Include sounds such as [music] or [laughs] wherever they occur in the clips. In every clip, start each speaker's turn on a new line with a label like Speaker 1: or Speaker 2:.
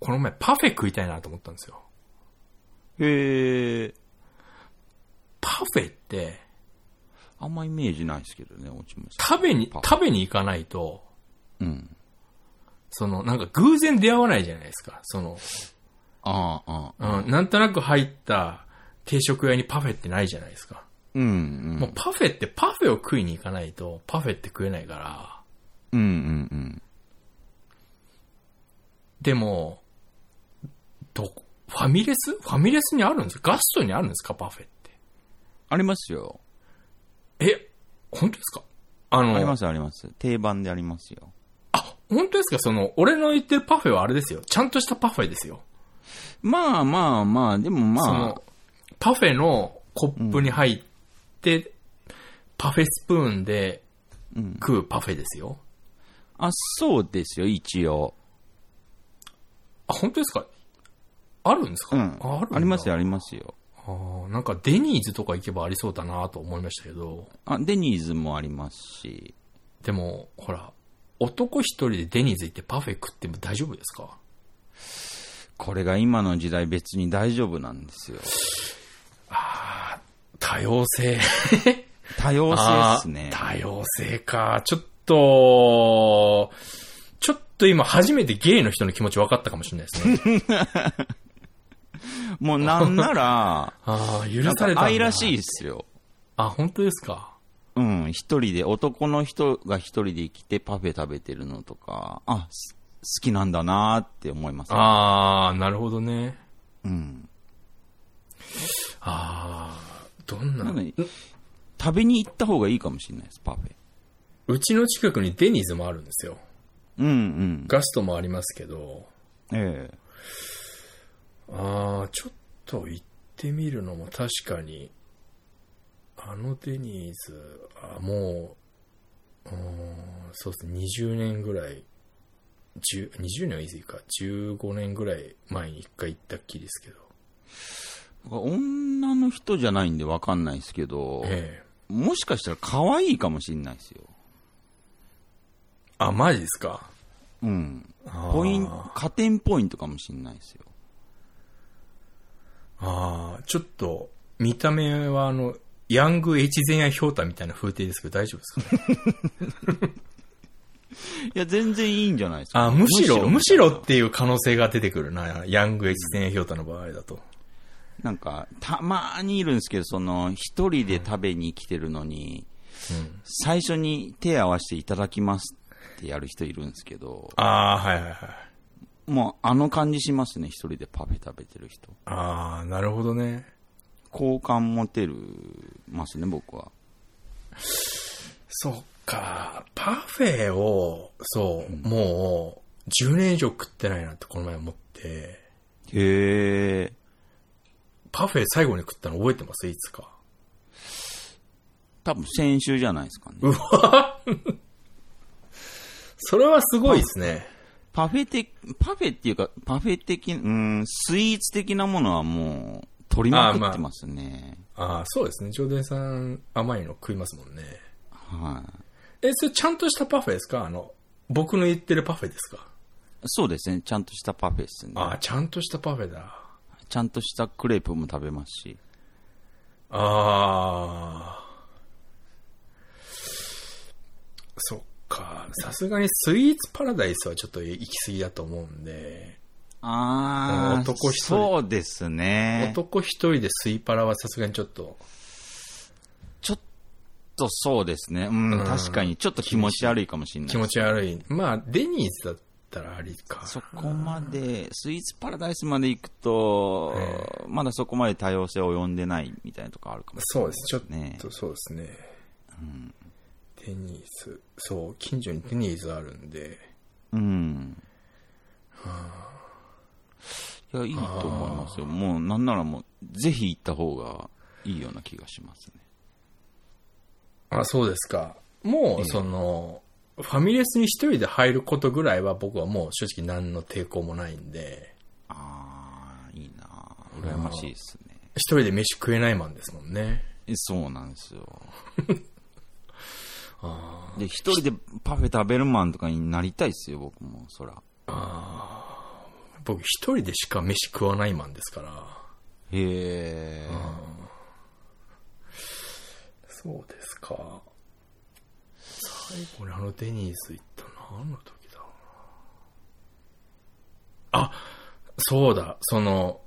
Speaker 1: この前パフェ食いたいなと思ったんですよ。
Speaker 2: へえ。
Speaker 1: パフェって、
Speaker 2: あんまイメージないですけどね、落ちました。
Speaker 1: 食べに、
Speaker 2: パフェ
Speaker 1: 食べに行かないと、
Speaker 2: うん。
Speaker 1: その、なんか偶然出会わないじゃないですか。その、
Speaker 2: ああ、ああ。
Speaker 1: うん、なんとなく入った定食屋にパフェってないじゃないですか。
Speaker 2: うん、う。
Speaker 1: もうんパフェってパフェを食いに行かないと、パフェって食えないから。
Speaker 2: うん、うん、うん。
Speaker 1: でも、どこ、ファミレスファミレスにあるんですかガストにあるんですかパフェって。
Speaker 2: ありますよ。
Speaker 1: え、本当ですかあの、
Speaker 2: あります、あります。定番でありますよ。
Speaker 1: あ、本当ですかその、俺の言ってるパフェはあれですよ。ちゃんとしたパフェですよ。
Speaker 2: まあまあまあ、でも
Speaker 1: そ
Speaker 2: まあ
Speaker 1: の、、パフェのコップに入って、パフェスプーンで
Speaker 2: うん。
Speaker 1: 食うパフェですよ。
Speaker 2: あ、そうですよ、一応。
Speaker 1: あ、本当ですかあるんですか、
Speaker 2: うん。
Speaker 1: ああるんだ
Speaker 2: ありますよ、ありますよ。
Speaker 1: あーなんかデニーズとか行けばありそうだなと思いましたけど、
Speaker 2: あ、デニーズもありますし。
Speaker 1: でも、ほら、男一人でデニーズ行ってパフェ食っても大丈夫ですか
Speaker 2: これが今の時代別に大丈夫なんですよ。
Speaker 1: 多様性。
Speaker 2: 多様性ですね。
Speaker 1: あー多様性か。ちょっと、ちょっと今初めてゲイの人の気持ち分かったかもしれない
Speaker 2: [laughs]
Speaker 1: ですね。
Speaker 2: もうなんな [laughs] ら、
Speaker 1: ああ、許
Speaker 2: なん
Speaker 1: さ
Speaker 2: か
Speaker 1: れたんだ。
Speaker 2: 愛らしいですよ。
Speaker 1: あ、本当ですか。
Speaker 2: うん、一人で、男の人が一人で来てパフェ食べてるのとか、あ、す好きなんだなーって思います。
Speaker 1: ああ、なるほどね。
Speaker 2: うん。
Speaker 1: ああ、どんな
Speaker 2: なので、食べに行った方がいいかもしれないです、パフェ。
Speaker 1: うちの近くにデニーズもあるんですよ。
Speaker 2: うんうん。
Speaker 1: ガストもありますけど、
Speaker 2: ええ
Speaker 1: ああ、ちょっと行ってみるのも確かに、あのデニーズ、あもう、うーん、そうですね、20年ぐらい、10 20年は言い過ぎか、15年ぐらい前に一回行ったっきりですけど、
Speaker 2: 女の人じゃないんでわかんないですけど、
Speaker 1: ええ
Speaker 2: もしかしたら可愛いかもしれないですよ。
Speaker 1: あ、マジですか。
Speaker 2: うん。
Speaker 1: あー
Speaker 2: ポイント、加点ポイントかもしれないですよ。
Speaker 1: ああ、ちょっと、見た目はあの、ヤング越前屋ひょうたみたいな風景ですけど大丈夫ですかね
Speaker 2: いや、全然いいんじゃないですか。
Speaker 1: あ、むしろ、むしろ
Speaker 2: みたい
Speaker 1: っ
Speaker 2: な
Speaker 1: ていう可能性が出てくるな、ヤング越前屋ひょうたの場合だと。
Speaker 2: なんか、たまーにいるんですけど、その、一人で食べに来てるのに、
Speaker 1: うん
Speaker 2: 最初に手合わせていただきますってやる人いるんですけど、
Speaker 1: ああ、はいはいはい。
Speaker 2: もうあの感じしますね、一人でパフェ食べてる人。
Speaker 1: ああ、なるほどね。
Speaker 2: 好感持てるますね、僕は。
Speaker 1: そっか、パフェを、そう、もう、10年以上食ってないなってこの前思って、
Speaker 2: へえ。
Speaker 1: パフェ最後に食ったの覚えてますいつか。
Speaker 2: 多分先週じゃないですかね。
Speaker 1: それはすごいですね。
Speaker 2: パフェ的、パフェっていうか、パフェ的、うん、スイーツ的なものはもう、取りまくってますね。
Speaker 1: ああ、そうですね。ジョーデンさん甘いの食いますもんね。
Speaker 2: はい。
Speaker 1: え、それちゃんとしたパフェですかあの、僕の言ってるパフェですか
Speaker 2: そうですね、ちゃんとしたパフェですね。
Speaker 1: ああ、ちゃんとしたパフェだ。
Speaker 2: ちゃんとしたクレープも食べますし。
Speaker 1: ああ。そっか。さすがにスイーツパラダイスはちょっと行き過ぎだと思うんで、
Speaker 2: あー、
Speaker 1: 男一人
Speaker 2: そうですね。
Speaker 1: 男一人でスイパラはさすがにちょっと、
Speaker 2: ちょっとそうですね。うん、
Speaker 1: うん
Speaker 2: 確かに、ちょっと気持ち悪いかもしれない。
Speaker 1: 気持ち悪い。まあ、デニーズだったらありか。
Speaker 2: そこまで、スイーツパラダイスまで行くと、
Speaker 1: え
Speaker 2: まだそこまで多様性を呼んでないみたいなとこあるかもし
Speaker 1: そ
Speaker 2: れな
Speaker 1: う
Speaker 2: い
Speaker 1: です。ちょっ
Speaker 2: ね
Speaker 1: と、そうですね。デニーズ。そう、近所にデニーズあるんで。
Speaker 2: うん。いや、いいと思いますよ。もう、なんならもう、ぜひ行った方がいいような気がしますね。
Speaker 1: あ、そうですか。もう、その、ファミレスに一人で入ることぐらいは僕はもう正直何の抵抗もないんで、
Speaker 2: あー、いいな羨ましいですね。
Speaker 1: 一人で飯食えないマンですもんね。
Speaker 2: えそうなんですよ。
Speaker 1: [laughs]
Speaker 2: で、一人でパフェ食べるマンとかになりたいっすよ、僕も、そら。
Speaker 1: 僕一人でしか飯食わないマンですから。
Speaker 2: へえ。
Speaker 1: そうですか。最後にあのデニーズ行ったの何の時だろうな。あ、そうだ、その、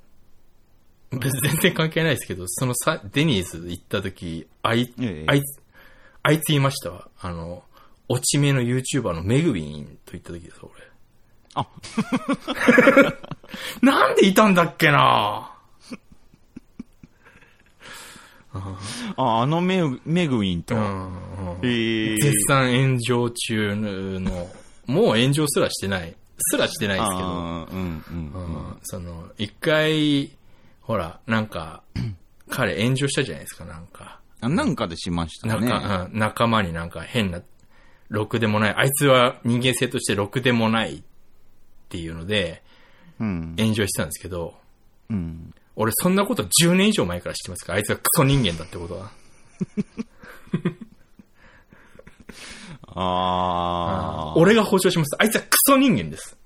Speaker 1: 別に全然関係ないですけど、そのさ、デニーズ行った時、あい、
Speaker 2: ええ
Speaker 1: あいつ、あいついましたわ。あの、落ち目の YouTuber のメグウィンと行った時です、俺。
Speaker 2: あ、
Speaker 1: [laughs] なんでいたんだっけな
Speaker 2: ああのメグメグウィンと。
Speaker 1: う
Speaker 2: へ
Speaker 1: ん。うん
Speaker 2: え
Speaker 1: 絶賛炎上中の、もう炎上すらしてない、すらしてないですけど、
Speaker 2: あーうんうん
Speaker 1: う
Speaker 2: うん
Speaker 1: ん、その、一回、ほら、なん [clears throat] か、彼炎上したじゃないですか、なんか。
Speaker 2: あ。なんかでしました
Speaker 1: なん
Speaker 2: ね。
Speaker 1: か、うん仲間になんか変な、ろくでもない、あいつは人間性としてろくでもないっていうので、
Speaker 2: うん。
Speaker 1: 炎上してたんですけど、
Speaker 2: うん。
Speaker 1: 俺そんなこと10年以上前から知ってますから、あいつはクソ人間だってことは。
Speaker 2: ああ。
Speaker 1: 俺が保証します。あいつはクソ人間です。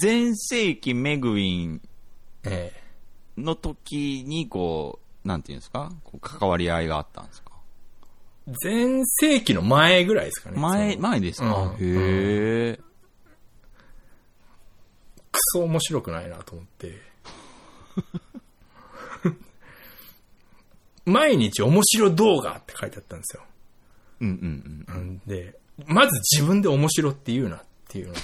Speaker 2: 前世紀メグウィン
Speaker 1: ええ
Speaker 2: の時に、こう、なんていうんですかこう関わり合いがあったんですか
Speaker 1: 前世紀の前ぐらいですかね。
Speaker 2: 前、
Speaker 1: その
Speaker 2: 前ですか、
Speaker 1: うん
Speaker 2: へえ。
Speaker 1: クソ面白くないなと思って。 [laughs] 毎日面白動画って書いてあったんですよ。
Speaker 2: うんうん
Speaker 1: うんで、まず自分で面白って言うなっていうのと、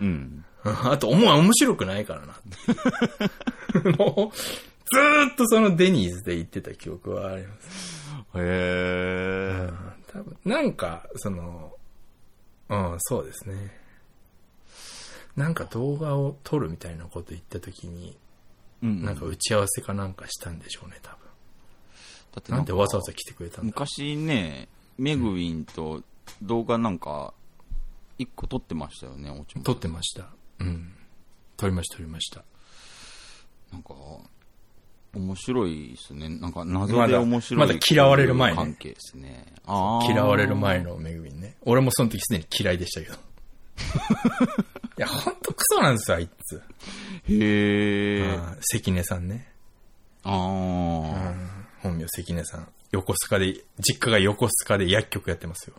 Speaker 1: [laughs]
Speaker 2: うん。うん。
Speaker 1: あと、お前面白くないからなって [laughs] いう。もう、ずーっとそのデニーズで言ってた記憶はあります。
Speaker 2: へえ。
Speaker 1: 多分なんか、その、うん、そうですね。なんか動画を撮るみたいなこと言った時に、
Speaker 2: うん。
Speaker 1: なんか打ち合わせかなんかしたんでしょうね、多分。
Speaker 2: だって
Speaker 1: なんでわざわざ来てくれたんだ
Speaker 2: 昔ね、メグウィンと動画なんか、一個撮ってましたよね、おちも。
Speaker 1: 撮ってました。うん。撮りました、撮りました。
Speaker 2: なんか、面白いですね。なんか、謎
Speaker 1: ま
Speaker 2: で
Speaker 1: だ
Speaker 2: 面白い。
Speaker 1: まだ嫌われる前ね
Speaker 2: 関係ですね。あー
Speaker 1: 嫌われる。前のめぐみね。俺もその時すでに嫌いでした
Speaker 2: [laughs]
Speaker 1: けど。いや、ほんとクソなんですよ、あいつ。
Speaker 2: へえ。
Speaker 1: あー関根さんね。
Speaker 2: ああ。
Speaker 1: 本名関根さん。横須賀で、実家が横須賀で薬局やってますよ。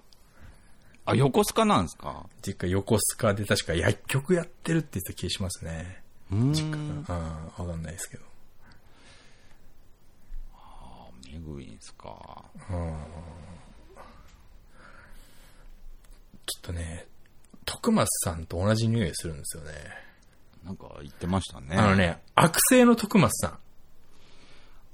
Speaker 2: あ、横須賀なんですか
Speaker 1: 実家横須賀で確か薬局やってるって言ってた気がしますね。
Speaker 2: うーん。
Speaker 1: うん、わかんないですけど。
Speaker 2: あメグウィンですか。
Speaker 1: ちょっとね、徳松さんと同じ匂いするんですよね。
Speaker 2: なんか言ってましたね。
Speaker 1: あのね、悪性の徳松さん。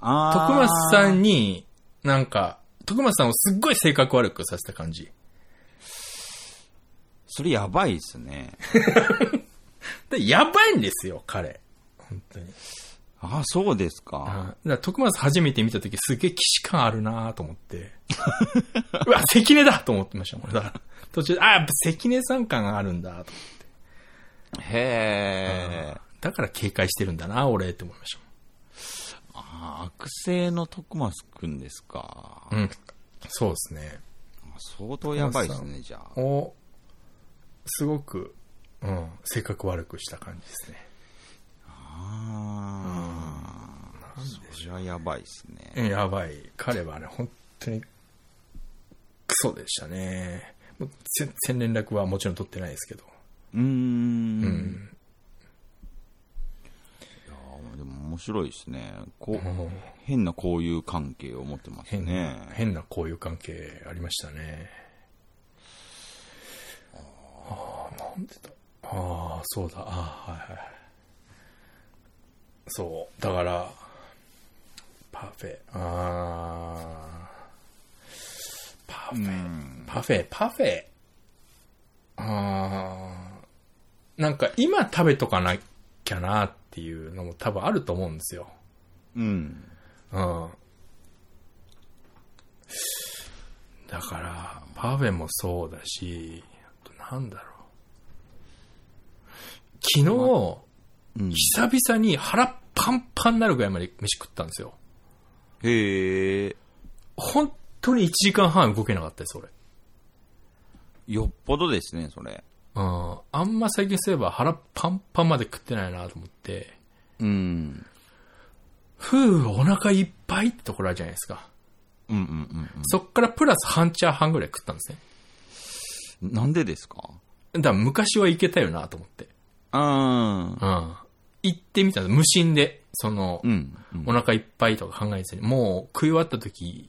Speaker 2: あー
Speaker 1: 徳松さんに、なんか、徳松さんをすっごい性格悪くさせた感じ。
Speaker 2: それやばいですね。
Speaker 1: で、やばいんですよ、彼。本当に。
Speaker 2: あ、そうですか。
Speaker 1: あだから徳松初めて見た時すげえ既視感あるなと思 [laughs] って。うわ、関根だと思ってましたもん、俺だから。途中で、あ、やっぱ関根さん感があるんだと。
Speaker 2: へえ。
Speaker 1: だから警戒してるんだな俺って思いました
Speaker 2: あー悪性の徳松くんですか。
Speaker 1: もん。うん。そうですね。
Speaker 2: 相当やばいですね、じゃあ。
Speaker 1: を、すごく、うん、性格悪くした感じですね。
Speaker 2: ああ。それはやばいですね。
Speaker 1: やばい。彼はね、本当に、クソでしたね。もう全然連絡はもちろん取ってないですけど。
Speaker 2: うーん。いやーでも面白いですね。こう、変な交友関係を持ってます
Speaker 1: 変な、
Speaker 2: ね。
Speaker 1: 変な交友関係ありましたね。ああ、なんでだ。ああ、そうだ。ああ、はいはい。そう。だから、パフェ。ああ。パフェ。
Speaker 2: うん
Speaker 1: パフェ、パフェ。あーなんか今食べとかなきゃなっていうのも多分あると思うんですよ。
Speaker 2: うん。
Speaker 1: うん。だから、パフェもそうだし、あとなんだろう。昨日、
Speaker 2: うん、
Speaker 1: 久々に腹パンパンになるぐらいまで飯食ったんですよ。
Speaker 2: へえ。
Speaker 1: 本当に1時間半動けなかったです、俺。
Speaker 2: よっぽどですね、それ。
Speaker 1: ううん。あんま最近そういえば腹パンパンまで食ってないなと思って、
Speaker 2: うん。
Speaker 1: ふう、お腹いっぱいってところあるじゃないですか。
Speaker 2: うんうんうん
Speaker 1: そっからプラス半チャーハンぐらい食ったんですね。
Speaker 2: うん。なんでですか
Speaker 1: だから昔はいけたよなと思って。
Speaker 2: あー
Speaker 1: うん。行ってみたんです無心で。その、
Speaker 2: うん。うん
Speaker 1: お腹いっぱいとか考えずに。もう食い終わった時、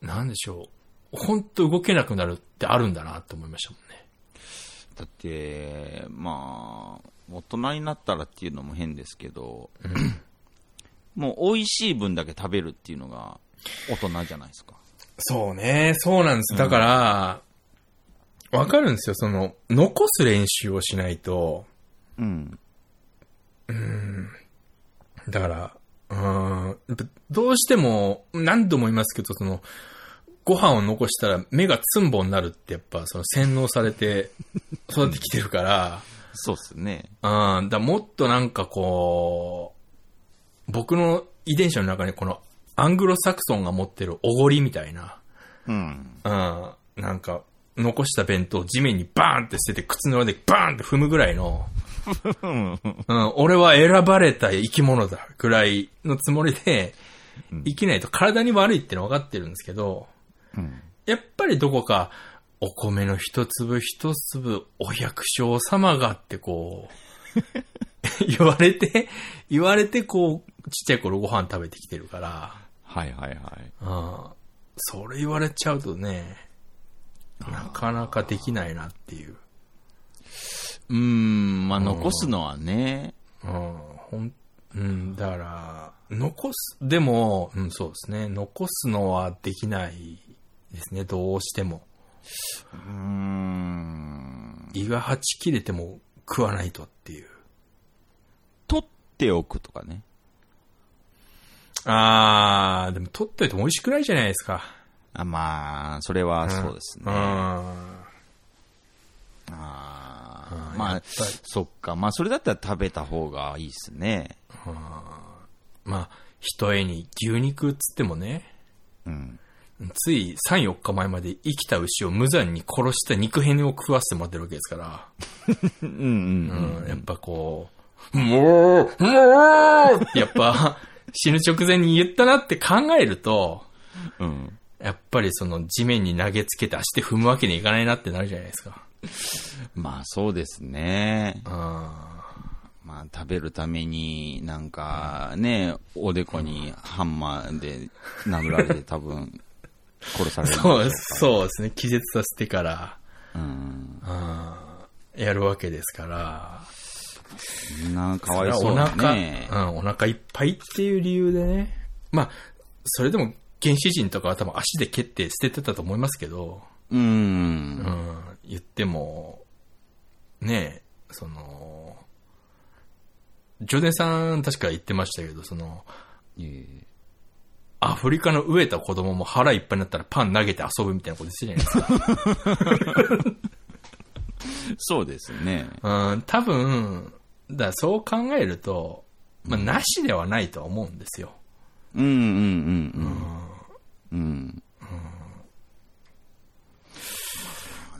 Speaker 1: なんでしょう。ほんと動けなくなるってあるんだなって思いましたもんね。
Speaker 2: だって、まあ、大人になったらっていうのも変ですけど、もう美味しい分だけ食べるっていうのが大人じゃないですか。
Speaker 1: そうね、そうなんです。だから、わ、かるんですよ。その、残す練習をしないと、
Speaker 2: うん。
Speaker 1: だから、うーん、やっぱどうしても、何度も言いますけど、その、ご飯を残したら目がつんぼになるってやっぱ、その洗脳されて育ってきてるから、
Speaker 2: そうっすね。
Speaker 1: うん、だからもっとなんかこう、僕の遺伝子の中にこのアングロサクソンが持ってるおごりみたいな、
Speaker 2: うん。
Speaker 1: うん、なんか、残した弁当を地面にバーンって捨てて、靴の上でバーンって踏むぐらいの、うん、俺は選ばれた生き物だぐらいのつもりで、生きないと体に悪いってのは分かってるんですけど、
Speaker 2: うん
Speaker 1: やっぱりどこか、お米の一粒一粒、お百姓様がってこう、言われて、言われてこう、ちっちゃい頃ご飯食べてきてるから、
Speaker 2: はいはいはい。
Speaker 1: うんそれ言われちゃうとね、なかなかできないなっていう。
Speaker 2: うーん、まあ残すのはね、
Speaker 1: うん、ほん、うん、だから、残す、でも、うん、そうですね、残すのはできないですね、どうしても。
Speaker 2: うーん、
Speaker 1: 胃がはち切れても食わないとっていう。
Speaker 2: 取っておくとかね。
Speaker 1: あー、でも取っといても美味しくないじゃないですか。
Speaker 2: あまあ、それはそうですね。
Speaker 1: うん。
Speaker 2: あ
Speaker 1: う
Speaker 2: ー
Speaker 1: ん
Speaker 2: ま
Speaker 1: や
Speaker 2: あ
Speaker 1: っぱり、
Speaker 2: そっか。まあ、それだったら食べた方がいいですね。
Speaker 1: まあ、ひとえに牛肉っつってもね、
Speaker 2: うん。
Speaker 1: つい3、4日前まで生きた牛を無残に殺した肉片を食わせてもらってるわけですから、
Speaker 2: うんうん
Speaker 1: う
Speaker 2: うん。
Speaker 1: ん、やっぱこう、もう、もうやっぱ死ぬ直前に言ったなって考えると、
Speaker 2: うん。
Speaker 1: やっぱりその地面に投げつけて足で踏むわけにいかないなってなるじゃないですか。
Speaker 2: まあ、そうですね。
Speaker 1: あ
Speaker 2: まあ、食べるために、なんか、ね、おでこにハンマーで殴られて多分、殺されるんでしょ
Speaker 1: そうう、
Speaker 2: か。
Speaker 1: そうですね。気絶させてから、
Speaker 2: うん。
Speaker 1: あーやるわけですから。
Speaker 2: みんな、かわいそう
Speaker 1: お
Speaker 2: だ
Speaker 1: 腹、
Speaker 2: ね。
Speaker 1: うん、お腹いっぱいっていう理由でね。まあ、それでも原始人とかは多分足で蹴って捨ててたと思いますけど、
Speaker 2: う。
Speaker 1: うんん、言っても、ねえ、その、ジョネさん確か言ってましたけど、その、
Speaker 2: いえいえ
Speaker 1: アフリカの飢えた子供も腹いっぱいになったらパン投げて遊ぶみたいなことしてるじゃないですか。
Speaker 2: そうですね。
Speaker 1: うん、多分、だからそう考えると、まあ、なしではないとは思うんですよ。
Speaker 2: うんうんうんうん。うん。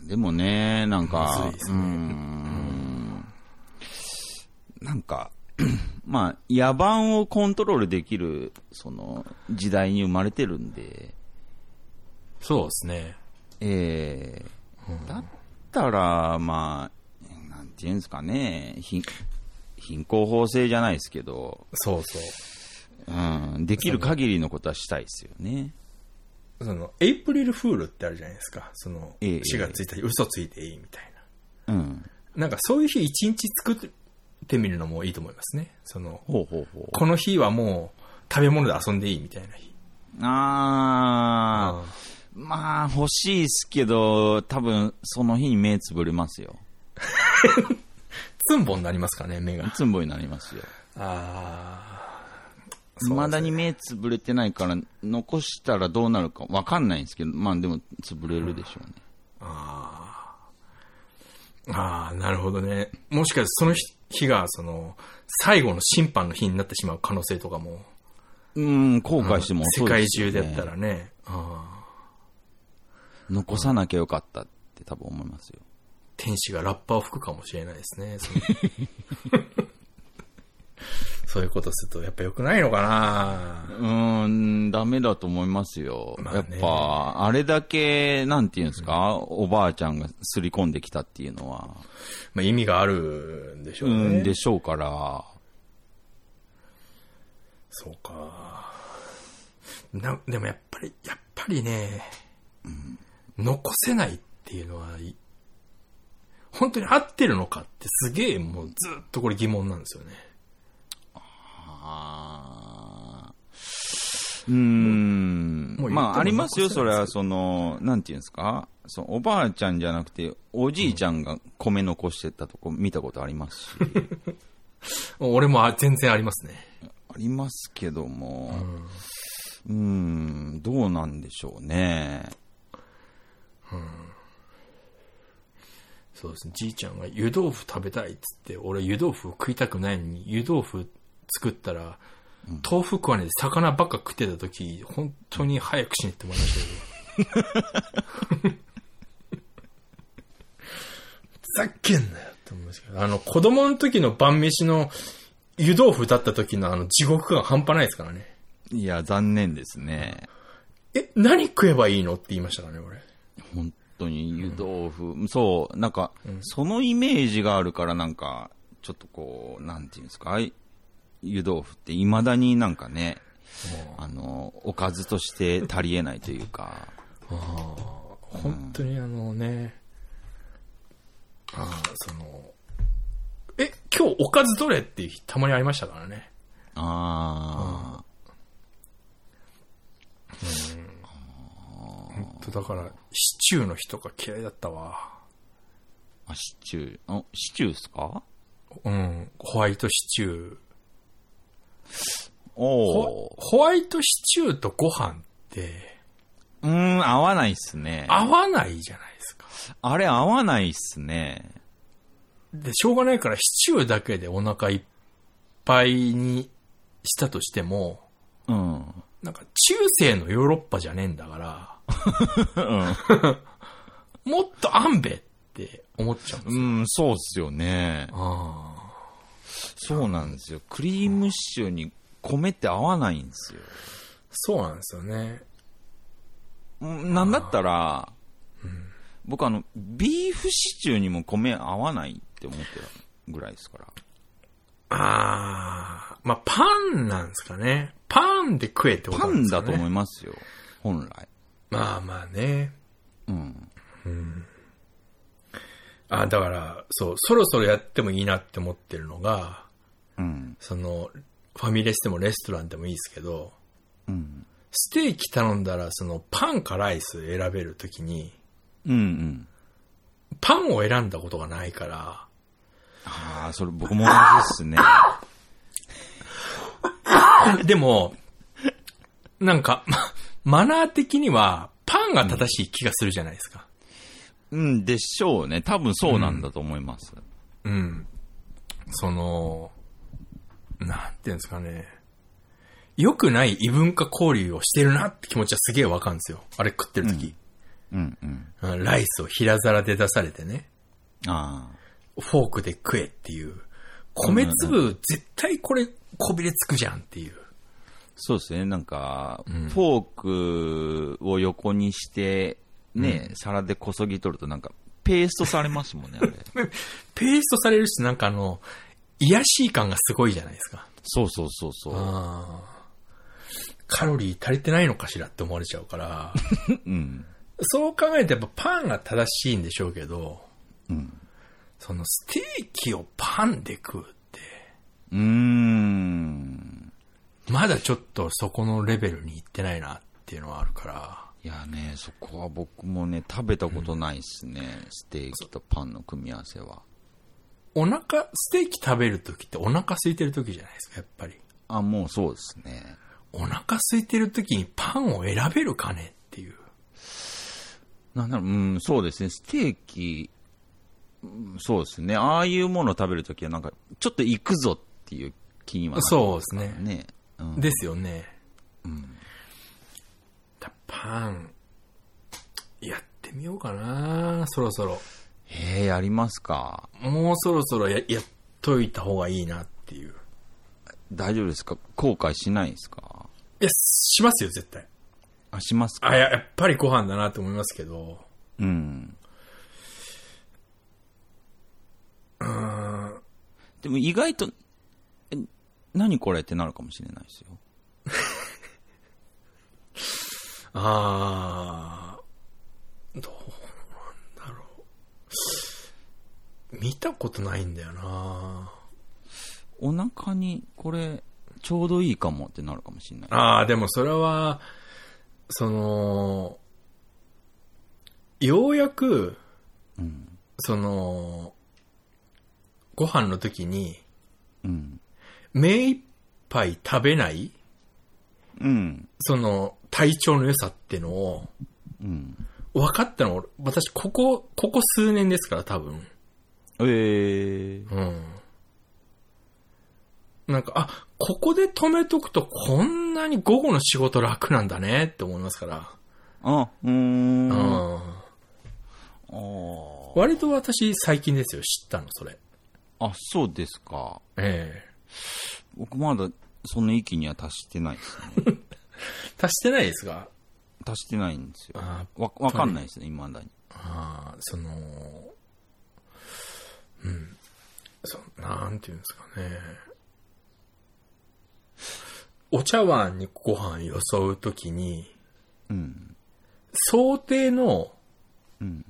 Speaker 2: でもね、なん
Speaker 1: む
Speaker 2: か、
Speaker 1: ずいで
Speaker 2: う
Speaker 1: すね
Speaker 2: ん。なんか、 [clears throat] まあ、野蛮をコントロールできる、その、時代に生まれてるんで、
Speaker 1: そうですね。
Speaker 2: ええだったら、まあ、なんていうんですかね、貧貧困法制じゃないですけど、
Speaker 1: そうそう。
Speaker 2: うん、できる限りのことはしたいですよね。
Speaker 1: その、エイプリルフールってあるじゃないですか。その、
Speaker 2: ええ
Speaker 1: 4月1日、嘘ついていいみたい
Speaker 2: うん。
Speaker 1: な。なんかそういう日一日作ってみるのもいいと思いますね。その、
Speaker 2: ほうほうほう。
Speaker 1: この日はもう食べ物で遊んでいいみたいな日。
Speaker 2: あー、まあ、欲しいですけど、多分その日に目つぶれますよ。
Speaker 1: ツンボになりますかね、目が
Speaker 2: い。つもになりますよ。
Speaker 1: あ
Speaker 2: 未だに目つぶれてないから、残したらどうなるかわかんないんですけど、まあでも、つぶれるでしょうね。
Speaker 1: ーあー、なるほどね。もしかしてその日日が、その、最後の審判の日になってしまう可能性とかも、
Speaker 2: うん、後悔しても
Speaker 1: 世
Speaker 2: 遅い
Speaker 1: 界
Speaker 2: ですよ
Speaker 1: 中
Speaker 2: ね
Speaker 1: でやったらね。あー
Speaker 2: 残さなきゃよかったって多分思いますよ。
Speaker 1: って天使がラッパを吹くかもしれないですね。その
Speaker 2: [laughs]
Speaker 1: そういうことすると、やっぱ良くないのかな
Speaker 2: うーん、ダメだと思いますよ。
Speaker 1: まあ
Speaker 2: やっ
Speaker 1: ね
Speaker 2: ぱ、あれだけ、なんていうんですか、おばあちゃんがすり込んできたっていうのは、
Speaker 1: まあ意味があるんでしょ
Speaker 2: う
Speaker 1: うね。
Speaker 2: んでしょうから、
Speaker 1: そうか。な、でもやっぱり、やっぱりね、残せないっていうのは、い本当に合ってるのかってすげえもうずっとこれ疑問なんですよね。
Speaker 2: あーうーん、
Speaker 1: もう言っても
Speaker 2: まあ、ありますよ、
Speaker 1: 残せ
Speaker 2: そ
Speaker 1: ない
Speaker 2: れ
Speaker 1: で
Speaker 2: は、その、なんていうんですか、そのおばあちゃんじゃなくて、おじいちゃんが米残してたとこ見たことあ
Speaker 1: [laughs]
Speaker 2: りますし、
Speaker 1: 俺もあ全然ありますね。
Speaker 2: ありますけども、
Speaker 1: ん
Speaker 2: うーん、どうなんでしょうね。
Speaker 1: そうですね。じいちゃんが湯豆腐食べたいっつって、俺湯豆腐食いたくないのに、湯豆腐作ったら、豆腐食わねえで魚ばっか食ってた時、本当に早く死ねって思いましたけど。ふざけんなよって思いましたけど。あの、子供の時の晩飯の湯豆腐だった時のあの地獄感半端ないですからね。
Speaker 2: いや、残念ですね。
Speaker 1: え、何食えばいいのって言いましたからね、俺。
Speaker 2: 本当に湯豆腐、そう、なんか、そのイメージがあるから、なんか、ちょっとこう、なんていうんですか、い湯豆腐っていまだになんかね、あの、おかずとして足りえないというか、
Speaker 1: ああ、本当にあのね、ああ、その、え、今日おかずどれっていう日たまにありましたからね。
Speaker 2: あ
Speaker 1: 本当だから、シチューの日とか嫌いだったわ。
Speaker 2: ーあ、シチュー、あシチューっすか
Speaker 1: うん、ホワイトシチュー。
Speaker 2: お
Speaker 1: ホ
Speaker 2: ー
Speaker 1: ホワイトシチューとご飯って
Speaker 2: うーん、合わないっすね。
Speaker 1: 合わないじゃないですか。
Speaker 2: あれ合わないっすね。
Speaker 1: で、しょうがないからシチューだけでお腹いっぱいにしたとしても、
Speaker 2: うん。うん。
Speaker 1: なんか中世のヨーロッパじゃねえんだから、もっと安べって思っちゃうんですよ。
Speaker 2: うん、そうっすよね。
Speaker 1: あ
Speaker 2: そうなんですよ。クリームシチューに米って合わないんですよ。
Speaker 1: あそうなんですよね。
Speaker 2: うんなんだったら、僕あの、ビーフシチューにも米合わないって思ってたぐらいですから。
Speaker 1: ああ、まあパンなんですかね。パンで食えってこと
Speaker 2: パ
Speaker 1: なんで
Speaker 2: ン
Speaker 1: すか
Speaker 2: だ
Speaker 1: ね。
Speaker 2: と思
Speaker 1: [laughs]
Speaker 2: いますよ、本来。
Speaker 1: まあまあね。
Speaker 2: うん。
Speaker 1: あだから、そう、そろそろやってもいいなって思ってるのが、
Speaker 2: うん。
Speaker 1: その、ファミレスでもレストランでもいいですけど、
Speaker 2: うん。
Speaker 1: ステーキ頼んだら、その、パンかライス選べるときに、
Speaker 2: うんうん。
Speaker 1: パンを選んだことがないから、
Speaker 2: ああ、それ僕も同じで
Speaker 1: [laughs]
Speaker 2: すね。あ
Speaker 1: でも、なんか、まマナー的には、パンが正しい気がするじゃないですか。
Speaker 2: うんでしょうね。多分そうなんだと思います。
Speaker 1: うん。その、なんていうんですかね。良くない異文化交流をしてるなって気持ちはすげえわかるんですよ。あれ食ってる時、
Speaker 2: うんうん。
Speaker 1: うんライスを平皿で出されてね、
Speaker 2: ああ。
Speaker 1: フォークで食えっていう。米粒、絶対これ、こびれつくじゃんっていう。
Speaker 2: そうですね。なんか、フォークを横にして、ね、皿でこそぎ取るとなんか、ペーストされますもんね、
Speaker 1: [laughs]
Speaker 2: あれ。
Speaker 1: ペーストされるし、なんかあの、癒やしい感がすごいじゃないですか。
Speaker 2: そうそうそうそう。
Speaker 1: あーカロリー足りてないのかしらって思われちゃうから、
Speaker 2: [laughs] うん。
Speaker 1: そう考えてやっぱパンが正しいんでしょうけど、
Speaker 2: うん。
Speaker 1: そのステーキをパンで食うって、
Speaker 2: うーん。
Speaker 1: まだちょっとそこのレベルに行ってないなっていうのはあるから、
Speaker 2: いやね、そこは僕もね、食べたことないっすね。ステーキとパンの組み合わせは。
Speaker 1: お腹、ステーキ食べるときってお腹空いてるときじゃないですか、やっぱり。
Speaker 2: あ、もうそうですね。
Speaker 1: お腹空いてるときにパンを選べるかねっていう。
Speaker 2: なんだろう、うん、そうですね。ステーキ、うんそうですね。ああいうものを食べるときは、なんか、ちょっと行くぞっていう気にはなる
Speaker 1: そうですね。
Speaker 2: ね。うん、
Speaker 1: ですよね。だパン、やってみようかなそろそろ。
Speaker 2: えー、やりますか。
Speaker 1: もうそろそろややっといた方がいいなっていう。
Speaker 2: 大丈夫ですか後悔しないですか
Speaker 1: いや、しますよ、絶対。
Speaker 2: あ、しますか
Speaker 1: あ、ややっぱりご飯だなと思いますけど。
Speaker 2: うん。
Speaker 1: うーん。
Speaker 2: でも意外と、え何これってなるかもしれないですよ。
Speaker 1: あー、どうなんだろう。見たことないんだよな
Speaker 2: お腹にこれ、ちょうどいいかもってなるかもしれない。
Speaker 1: ああ、でもそれは、その、ようやく、
Speaker 2: うん。
Speaker 1: その、ご飯の時に、
Speaker 2: うん。
Speaker 1: 目いっぱい食べない、
Speaker 2: うん。
Speaker 1: その、体調の良さってのを、
Speaker 2: うん。
Speaker 1: 分かったの、俺私、ここ、ここ数年ですから、多分。
Speaker 2: ええ
Speaker 1: うん。なんか、あ、ここで止めとくと、こんなに午後の仕事楽なんだねって思いますから。
Speaker 2: あ、うーん。
Speaker 1: う
Speaker 2: あ
Speaker 1: ん。
Speaker 2: ー
Speaker 1: 割と私、最近ですよ、知ったの、それ。
Speaker 2: あ、そうですか。
Speaker 1: ええ
Speaker 2: 僕まだその域には達してないですね。
Speaker 1: 足してないですが、
Speaker 2: 達してないんですよ。
Speaker 1: あ
Speaker 2: わ、わかんないですね、未だに。
Speaker 1: あー、その、うん、そなんていうんですかね。お茶碗にご飯よそうときに、
Speaker 2: うん。
Speaker 1: 想定の、
Speaker 2: うん。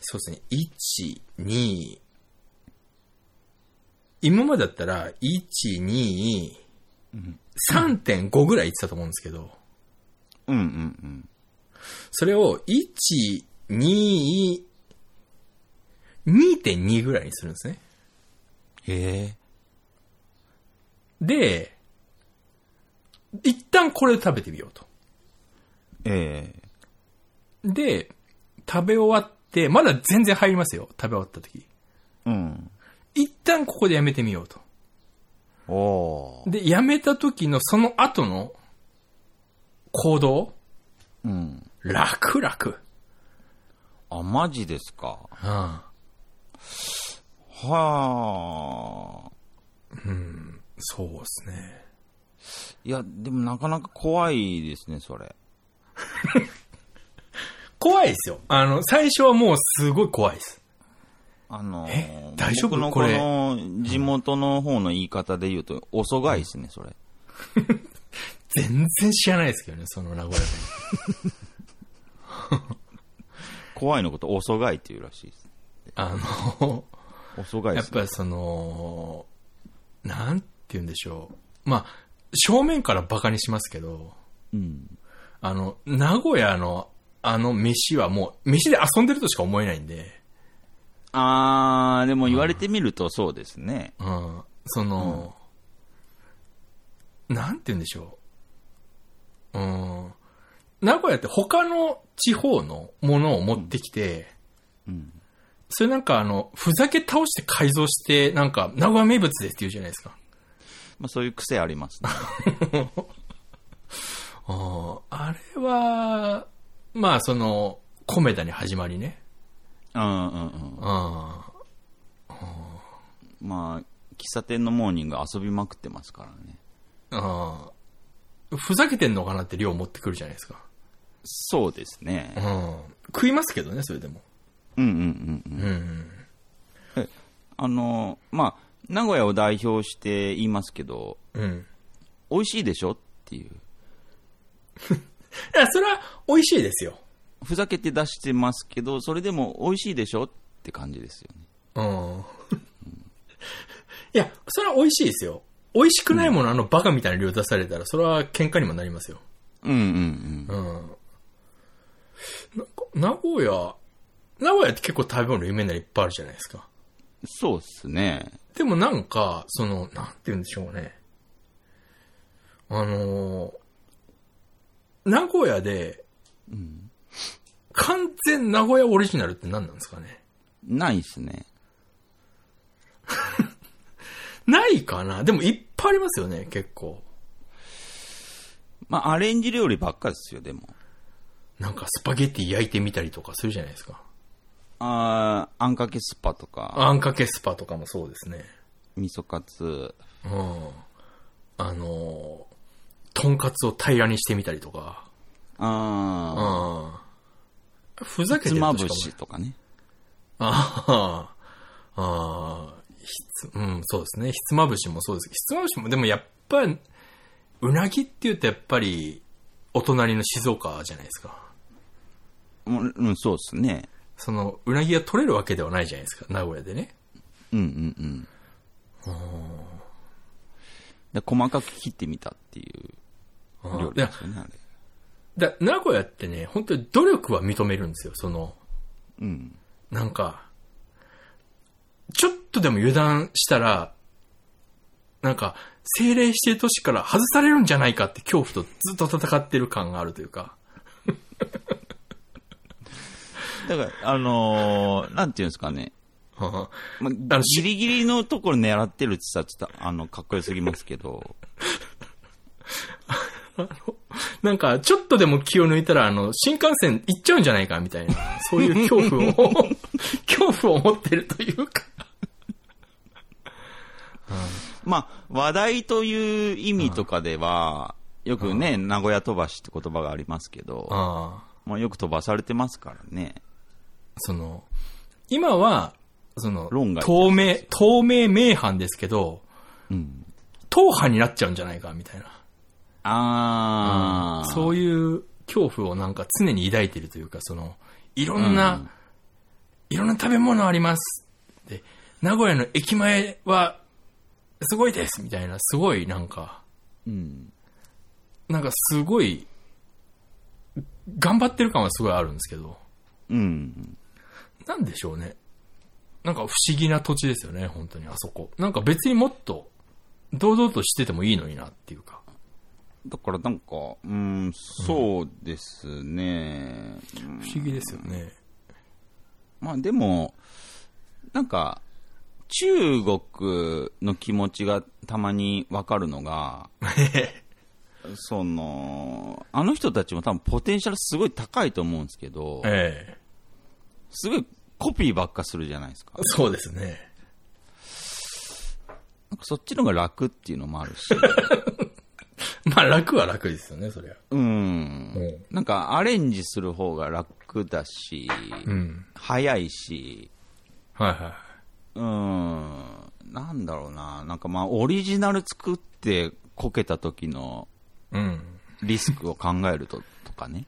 Speaker 1: そうですね、1、2、今までだったら、1、2、
Speaker 2: うん。
Speaker 1: 3.5ぐらい言ってたと思うんですけど、
Speaker 2: うんうんうん。
Speaker 1: それを1、2、2.2ぐらいにするんですね。
Speaker 2: へえ。
Speaker 1: で、一旦これを食べてみようと。
Speaker 2: ええ
Speaker 1: で、食べ終わって、まだ全然入りますよ。食べ終わった時。
Speaker 2: うん。
Speaker 1: 一旦ここでやめてみようと。
Speaker 2: おー。
Speaker 1: で、やめた時のその後の行動
Speaker 2: うん。
Speaker 1: 楽々。
Speaker 2: あ、マジですか。
Speaker 1: ああ
Speaker 2: はあ。
Speaker 1: そうですね。
Speaker 2: いや、でもなかなか怖いですね、それ。
Speaker 1: 怖いですよ。あの、最初はもうすごい怖いです。
Speaker 2: あのー
Speaker 1: え大丈夫
Speaker 2: 僕の
Speaker 1: こ
Speaker 2: こ
Speaker 1: れ
Speaker 2: の地元の方の言い方で言うと、遅がいですね、それ。
Speaker 1: 全然知らないですけどね、その名古屋弁。
Speaker 2: 怖いのこと、遅がいっていうらしいです。
Speaker 1: あの、
Speaker 2: 遅がい
Speaker 1: や
Speaker 2: で
Speaker 1: っ
Speaker 2: すね。
Speaker 1: ぱりその、なんて言うんでしょう。まあ、正面から馬鹿にしますけど、
Speaker 2: うん。
Speaker 1: あの、名古屋のあの飯はもう、飯で遊んでるとしか思えないんで、
Speaker 2: あー、でも言われてみるとそうですね。
Speaker 1: うん、その、なんて言うんでしょう。うん、名古屋って他の地方のものを持ってきて、
Speaker 2: うん。
Speaker 1: それなんかあの、ふざけ倒して改造して、なんか、名古屋名物ですって言うじゃないですか。
Speaker 2: まあそういう癖ありますね。
Speaker 1: あーあれは、まあその、コメダに始まりね。
Speaker 2: [laughs] うんうんうん。
Speaker 1: あ
Speaker 2: まあ、喫茶店のモーニング遊びまくってますからね。
Speaker 1: ーあーふざけてんのかなって量持ってくるじゃないですか。
Speaker 2: そうですね
Speaker 1: う。ん、食いますけどね、それでも。
Speaker 2: うんうんうんうん。
Speaker 1: うん。
Speaker 2: あの、まあ、名古屋を代表して言いますけど、
Speaker 1: うん。
Speaker 2: 美味しいでしょってい
Speaker 1: い
Speaker 2: う。
Speaker 1: や、それは美味しいですよ。
Speaker 2: ふざけて出してますけど、それでも美味しいでしょって感じですよね。
Speaker 1: うん。いや、それは美味しいですよ。美味しくないもの、あのバカみたいな量出されたら、それは喧嘩にもなりますよ。
Speaker 2: うんうん
Speaker 1: うん。な名古屋、名古屋って結構食べ物有名なのいっぱいあるじゃないですか。
Speaker 2: うん。そうっすね。
Speaker 1: でもなんか、その、なんて言うんでしょうね。あのー名古屋で、
Speaker 2: うん。
Speaker 1: 完全名古屋オリジナルって何なんですかね。
Speaker 2: ないっすね。
Speaker 1: ないかなでもいっぱいありますよね、結構。
Speaker 2: まあ、アレンジ料理ばっかですよ、でも。
Speaker 1: なんかスパゲッティ焼いてみたりとかするじゃないですか。
Speaker 2: あーあんかけスパとか、
Speaker 1: あんかけスパとかもそうですね。
Speaker 2: 味噌カツ。
Speaker 1: うん。あのー、とんかつを平らにしてみたりとか。う
Speaker 2: あ
Speaker 1: ん。ふざ
Speaker 2: ー
Speaker 1: けて
Speaker 2: つ
Speaker 1: る
Speaker 2: ま
Speaker 1: とし
Speaker 2: ぶ
Speaker 1: か思
Speaker 2: しとかね。
Speaker 1: ああ、ああ、ひつ、うん、そうですね。ひつまぶしもそうです。ひつまぶしも、でもやっぱ、うなぎって言うとやっぱり、お隣の静岡じゃないですか。
Speaker 2: うん、うんそうですね。
Speaker 1: その、うなぎが取れるわけではないじゃないですか。名古屋でね。
Speaker 2: うんうんうん。で細かく切ってみたっていう料理ですよね、あれ。
Speaker 1: だ名古屋ってね、本当に努力は認めるんですよ。その、
Speaker 2: うん。
Speaker 1: なんか、ちょっとでも油断したら、なんか、政令指定都市から外されるんじゃないかって恐怖とずっと戦ってる感があるというか。 [laughs]
Speaker 2: だから、あのーなんていうんですかね。ま
Speaker 1: あ
Speaker 2: あ
Speaker 1: の、し
Speaker 2: ギリギリのところ狙ってるって言ったら、ちょっと、あの、かっこよすぎますけど。
Speaker 1: なんか、ちょっとでも気を抜いたら、あの、新幹線行っちゃうんじゃないか、みたいな、そういう恐怖 [laughs] を、恐怖を持ってるというか。
Speaker 2: まあ、話題という意味とかでは、よくね、名古屋飛ばしって言葉がありますけど、
Speaker 1: ああ、
Speaker 2: まあ、よく飛ばされてますからね。
Speaker 1: その、今は、その
Speaker 2: 論、外
Speaker 1: 透明、透明名阪ですけど、
Speaker 2: うん。
Speaker 1: 党派になっちゃうんじゃないか、みたいな。
Speaker 2: あー。
Speaker 1: そういう恐怖をなんか常に抱いてるというか、その、いろんな、
Speaker 2: うん
Speaker 1: いろんな食べ物あります。で、名古屋の駅前は、すごいです、みたいな、すごいなんか、
Speaker 2: うん。
Speaker 1: なんかすごい、頑張ってる感はすごいあるんですけど、
Speaker 2: うん。
Speaker 1: なんでしょうね。なんか不思議な土地ですよね、本当に、あそこ。なんか別にもっと、堂々としててもいいのになっていうか。
Speaker 2: だからなんか、うん、そうですね。うん
Speaker 1: 不思議ですよね。
Speaker 2: まあでも、なんか、中国の気持ちがたまにわかる
Speaker 1: [laughs]
Speaker 2: のが、その、あの人たちも多分ポテンシャルすごい高いと思うんですけど、
Speaker 1: ええ。
Speaker 2: すごいコピーばっかするじゃないですか。
Speaker 1: そうですね。
Speaker 2: なんかそっちの方が楽っていうのもあるし、
Speaker 1: まあ楽は楽ですよね、そりゃ。
Speaker 2: うん。
Speaker 1: う
Speaker 2: なんかアレンジする方が楽だし、
Speaker 1: ん。
Speaker 2: 早いし、
Speaker 1: はいはい。
Speaker 2: うーん、なんだろうな、なんかまあ、オリジナル作ってこけた時の
Speaker 1: うん。
Speaker 2: リスクを考えるととかね、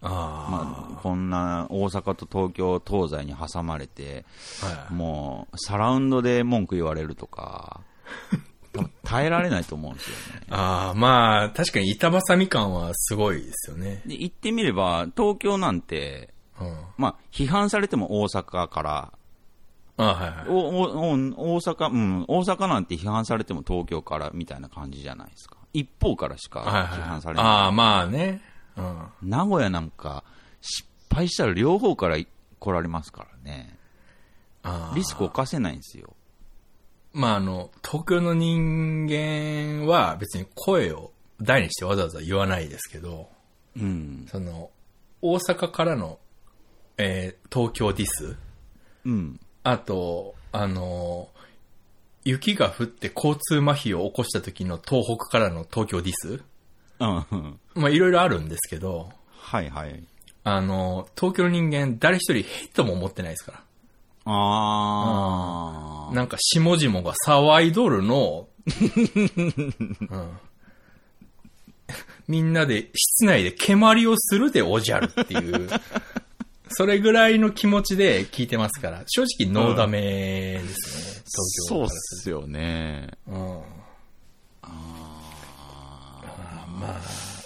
Speaker 1: あ
Speaker 2: ま [laughs] あ、こんな大阪と東京、東西に挟まれて、
Speaker 1: あ、はい。
Speaker 2: もうサラウンドで文句言われるとか、多分耐えられないと思うんですよね。
Speaker 1: ああ、まあ、確かに板挟み感はすごいですよね。
Speaker 2: [laughs] で言ってみれば、東京なんて、
Speaker 1: うん。あ
Speaker 2: まあ、批判されても大阪から、
Speaker 1: あはいはい。
Speaker 2: おおお大阪、うん、大阪なんて批判されても東京からみたいな感じじゃないですか。一方からしか
Speaker 1: はい
Speaker 2: 批
Speaker 1: は
Speaker 2: 判
Speaker 1: い
Speaker 2: されない。
Speaker 1: ああ、まあね。うん。
Speaker 2: 名古屋なんか失敗したら両方から来られますからね。
Speaker 1: あー
Speaker 2: リスクを犯せないんですよ。
Speaker 1: まああの、東京の人間は別に声を大にしてわざわざ言わないですけど、
Speaker 2: うん。
Speaker 1: その、大阪からの、えー東京ディス
Speaker 2: うん。
Speaker 1: あと、あの、雪が降って交通麻痺を起こした時の東北からの東京ディス
Speaker 2: うん。
Speaker 1: まあいろいろあるんですけど、
Speaker 2: はいはい。
Speaker 1: あの、東京の人間誰一人ヘイトも思ってないですから。
Speaker 2: あー。
Speaker 1: なんか、下々が騒いどる
Speaker 2: [laughs]
Speaker 1: の、うんみんなで、室内で蹴鞠をするでおじゃるっていう、それぐらいの気持ちで聞いてますから、正直ノーダメですね、東京
Speaker 2: そう
Speaker 1: から
Speaker 2: っすよね。
Speaker 1: るうん
Speaker 2: あー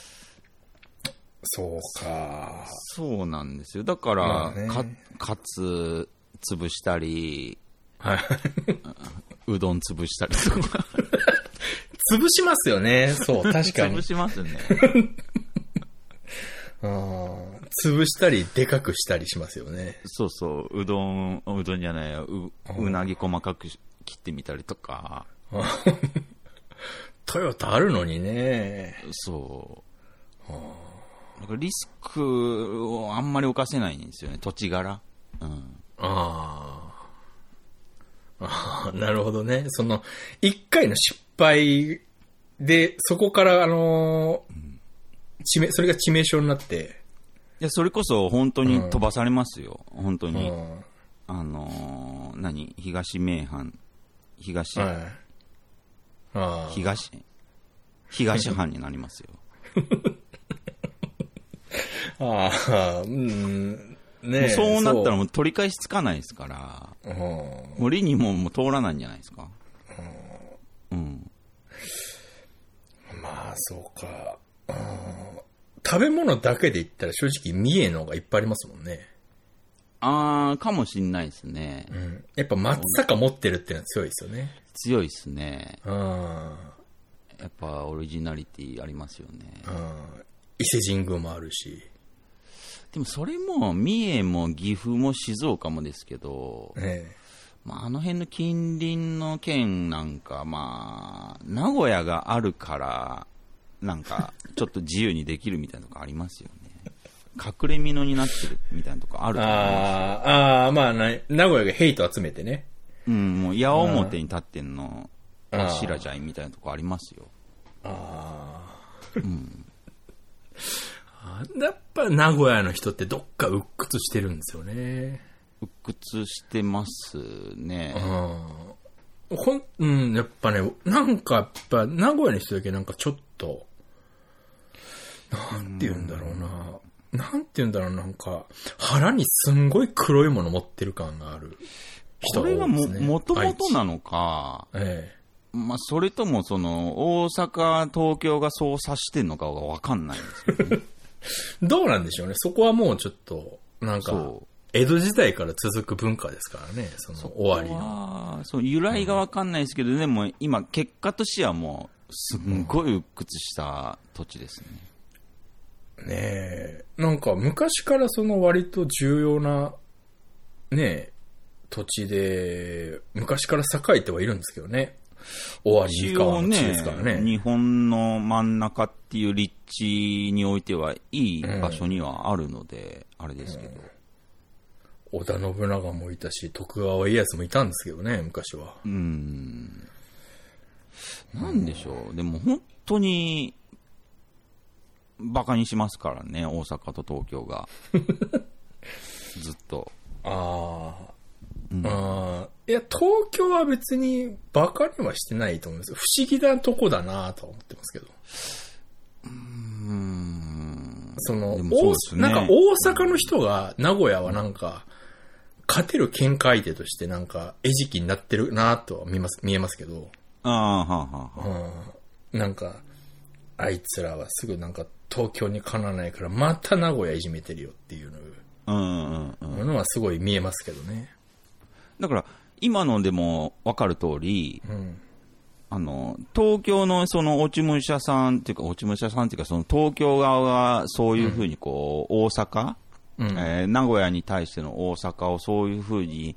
Speaker 1: そうか。
Speaker 2: そうなんですよ。だか
Speaker 1: ま
Speaker 2: ら
Speaker 1: あ、ね
Speaker 2: か、かつ潰したり、
Speaker 1: はい。
Speaker 2: [laughs] うどん潰したりとか。
Speaker 1: 潰しますよね、そう、確かに
Speaker 2: [laughs] 潰。しますね。
Speaker 1: うん潰したり、でかくしたりしますよね。
Speaker 2: そうそう、うどん、うどんじゃないや、う、うなぎ細かくし切ってみたりとか、
Speaker 1: トヨタあるのにね。
Speaker 2: そなんかリスクをあんまり犯せないんですよね、土地柄。うん。
Speaker 1: あーあー。なるほどね。その、一回の失敗で、そこから、あのー致命それが致命傷になって、
Speaker 2: いや、それこそ本当に飛ばされますよ。本当
Speaker 1: う
Speaker 2: に。
Speaker 1: ん。
Speaker 2: あのー何東名阪、東、
Speaker 1: はい。ああ。
Speaker 2: 東、東藩になりますよ。
Speaker 1: ああ、うん。ね [laughs] え
Speaker 2: そうなったらもう取り返しつかないですから、
Speaker 1: そううん
Speaker 2: 森にももう通らないんじゃないですか。うん。
Speaker 1: まあ、そうか。うん食べ物だけで言ったら正直三重のがいっぱいありますもんね。
Speaker 2: あー、かもしんないですね。
Speaker 1: うん。やっぱ松阪持ってるってのは強いですよね。
Speaker 2: 強いですね。
Speaker 1: うん。
Speaker 2: やっぱオリジナリティありますよね。
Speaker 1: うん伊勢神宮もあるし。
Speaker 2: でもそれも、三重も岐阜も静岡もですけど、
Speaker 1: ねえ
Speaker 2: まあ、あの辺の近隣の県なんか、まあ、名古屋があるから、なんか、ちょっと自由にできるみたいなとこありますよね。隠れ蓑になってるみたいなとこあると思います。
Speaker 1: ああ、ああ、まあな、名古屋がヘイト集めてね。
Speaker 2: うん、もう、矢面に立ってんの、
Speaker 1: あー
Speaker 2: しらじゃいみたいなとこありますよ。
Speaker 1: あ
Speaker 2: うん。
Speaker 1: あ。やっぱ名古屋の人ってどっか鬱屈してるんですよね。
Speaker 2: 鬱屈してますね。
Speaker 1: うん。ほん、うん、やっぱね、なんかやっぱ名古屋の人だけなんかちょっと、なんて言うんだろうな。なんて言うんだろう、なんか、腹にすんごい黒いもの持ってる感がある人
Speaker 2: こ
Speaker 1: が多い
Speaker 2: れ
Speaker 1: で
Speaker 2: が
Speaker 1: すね
Speaker 2: も、もともとな
Speaker 1: 愛知
Speaker 2: のか、
Speaker 1: ええ。
Speaker 2: まあ、それとも、その、大阪、東京がそうさしてんのかがわかんないんですけど、
Speaker 1: どうなんでしょうね。そこはもうちょっと、なんか
Speaker 2: そう、
Speaker 1: 江戸時代から続く文化ですからね、その終わりの。
Speaker 2: あーそう由来がわかんないですけど、でも今、結果としてはもう、すんごい鬱屈した土地ですね。
Speaker 1: ねえ。なんか昔からその割と重要な、ねえ、土地で、昔から栄えてはいるんですけどね。終わり
Speaker 2: 一
Speaker 1: に川
Speaker 2: 応
Speaker 1: の地で
Speaker 2: ね
Speaker 1: すからね。
Speaker 2: 日本の真ん中っていう立地においては、いい場所にはあるので、あれですけど、
Speaker 1: 織田信長もいたし、徳川家康もいたんですけどね、昔は。
Speaker 2: うーん、なんでしょう、でも本当に、バカにしますからね、大阪と東京 [laughs] が。ずっと。
Speaker 1: ああ。
Speaker 2: うん
Speaker 1: あーいや、東京は別にバカにはしてないと思うんですよ。不思議なとこだなとは思ってますけど。
Speaker 2: うーん
Speaker 1: その、
Speaker 2: でもそうですね
Speaker 1: 大なんか大阪の人が名古屋はなんか、勝てる見解手としてなんか餌食になってるなとは見ます、見えますけど、
Speaker 2: ああ、はあ、はあ。
Speaker 1: うん、なんか、あいつらはすぐなんか東京にかなわないからまた名古屋いじめてるよっていう
Speaker 2: うんうんうん。
Speaker 1: ののはすごい見えますけどね。
Speaker 2: だから、今のでも分かる通り、
Speaker 1: うん。
Speaker 2: あの、東京のその落ち武者さんっていうか、落ち武者さんっていうか、その東京側がそういうふうにこう、大阪、
Speaker 1: うん
Speaker 2: えー名古屋に対しての大阪をそういうふうに、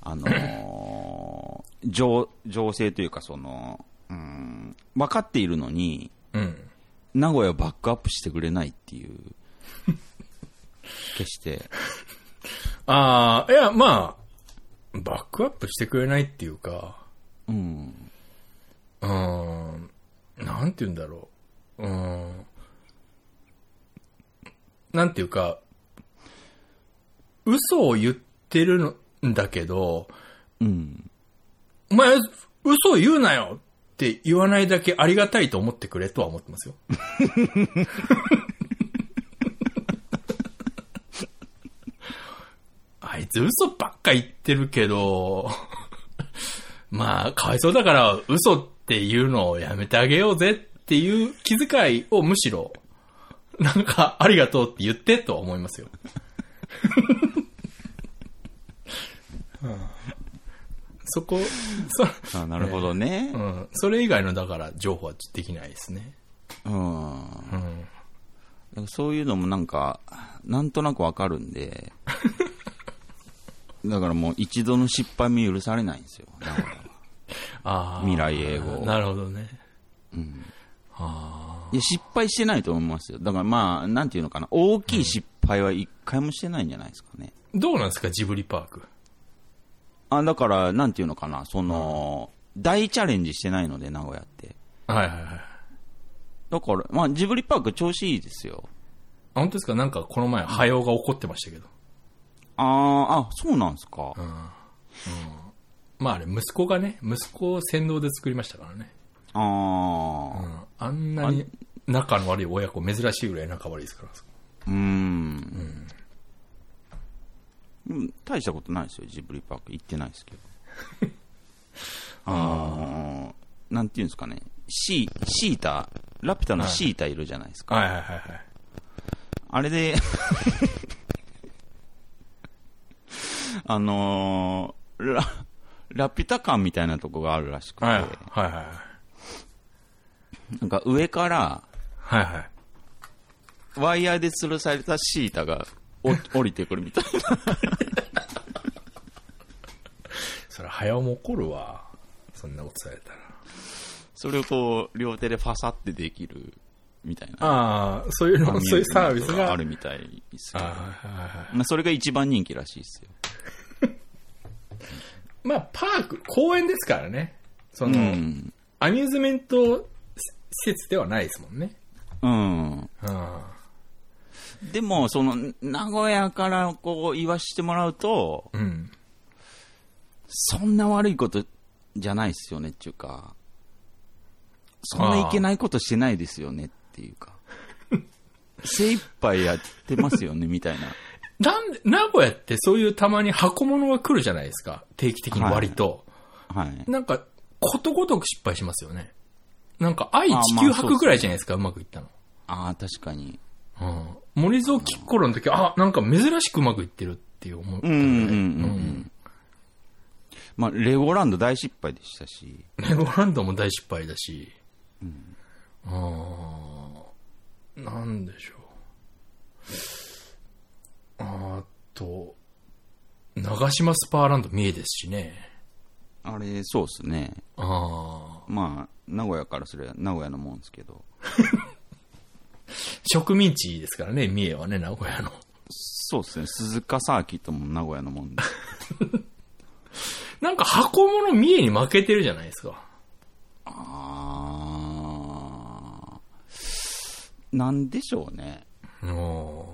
Speaker 2: あのー情、情勢というか、その、うん、分かっているのに、
Speaker 1: うん。
Speaker 2: 名古屋をバックアップしてくれないっ
Speaker 1: [laughs]
Speaker 2: ていう、決して。
Speaker 1: ああ、いや、まあ、バックアップしてくれないっていうか、
Speaker 2: うん。
Speaker 1: うーん、なんて言うんだろう。うーん。なんていうか、嘘を言ってるのんだけど、
Speaker 2: うん。
Speaker 1: お前、嘘を言うなよって言わないだけありがたいと思ってくれとは思って
Speaker 2: [laughs]
Speaker 1: ますよ。あいつ嘘ばっか言ってるけど、まあ、かわいそうだから嘘っていうのをやめてあげようぜっていう気遣いをむしろ、なんか、ありがとうって言ってとは思いますよ。うんそこ、そ、
Speaker 2: あなるほどね。
Speaker 1: うん。それ以外の、だから、情報はできないですね。
Speaker 2: うん。
Speaker 1: うん。
Speaker 2: そういうのもなんか、なんとなくわかるん [laughs] で、だからもう一度の失敗も許されないん [laughs] ですよ。なんか
Speaker 1: ああ。
Speaker 2: 未来永劫
Speaker 1: なるほどね。
Speaker 2: うん、いや、失敗してないと思いますよ。だからまあ、なんていうのかな、大きい失敗は一回もしてないんじゃないですかね。
Speaker 1: どうなんですか、ジブリパーク。
Speaker 2: あ、だから、なんていうのかな、その、大チャレンジしてないので、名古屋って。
Speaker 1: はいはいはい。
Speaker 2: だから、まあ、ジブリパーク調子いいですよ。
Speaker 1: あ本当ですかなんかこの前、早尾が怒ってましたけど。
Speaker 2: あーあ、そうなんですか。
Speaker 1: まああれ、息子がね、息子を先導で作りましたからね。
Speaker 2: ああ
Speaker 1: う、ん、あんなに仲の悪い親子、珍しいぐらい仲悪いですから。
Speaker 2: うーん。うん、大したことないですよ、ジブリパーク。行ってない [laughs] ですけど。あーなんていうんですかね。シー、シータ、ラピュタのシータいるじゃないですか。
Speaker 1: はいはいはいはい。
Speaker 2: あれで、 [laughs] あのーラ、ラピュタ感みたいなとこがあるらしくて、
Speaker 1: はいはいはいはい。
Speaker 2: なんか上から
Speaker 1: はいはい。
Speaker 2: ワイヤーで吊るされたシータがお [laughs] 降りてくるみたいな。
Speaker 1: それ、早尾も怒るわ。そんなことされたら。
Speaker 2: それをこう、両手でファサってできるみたいな。
Speaker 1: ああ、そういうの、そういうサービスが。
Speaker 2: あるみたいですよ
Speaker 1: はいはいはい
Speaker 2: まあ、それが一番人気らしいですよ。
Speaker 1: まあ、パーク、公園ですからね。その、
Speaker 2: うん。
Speaker 1: アミューズメント施設ではないですもんね。
Speaker 2: うん。
Speaker 1: あ
Speaker 2: でも、その、名古屋からこう、言わしてもらうと、
Speaker 1: あうん。
Speaker 2: そんな悪いことじゃないですよねっていうか、そんないけないことしてないですよねっていうか、精一杯やってますよねみたいな。
Speaker 1: なんで、名古屋ってそういうたまに箱物が来るじゃないですか。定期的に割と。
Speaker 2: はい。
Speaker 1: なんか、ことごとく失敗しますよね。なんか、愛地球博ぐらいじゃないですか、うまくいったの。
Speaker 2: ああ、確かに。
Speaker 1: うん。森蔵キッコロの時、あ、なんか珍しくうまくいってるっていう思う。
Speaker 2: うんうんうんうん。まあ、レゴランド大失敗でしたし、
Speaker 1: レゴランドも大失敗だし。ああ、なんでしょう。あと、長島スパーランド三重ですしね。
Speaker 2: あれ、そうっすね。
Speaker 1: ああ、
Speaker 2: まあ、名古屋からすれば名古屋のもんですけど、
Speaker 1: 植民地ですからね、三重はね、名古屋の。
Speaker 2: そうっすね。鈴鹿サーキットも名古屋のもんで。
Speaker 1: なんか箱物三重に負けてるじゃないですか。
Speaker 2: あーなんでしょうね。
Speaker 1: お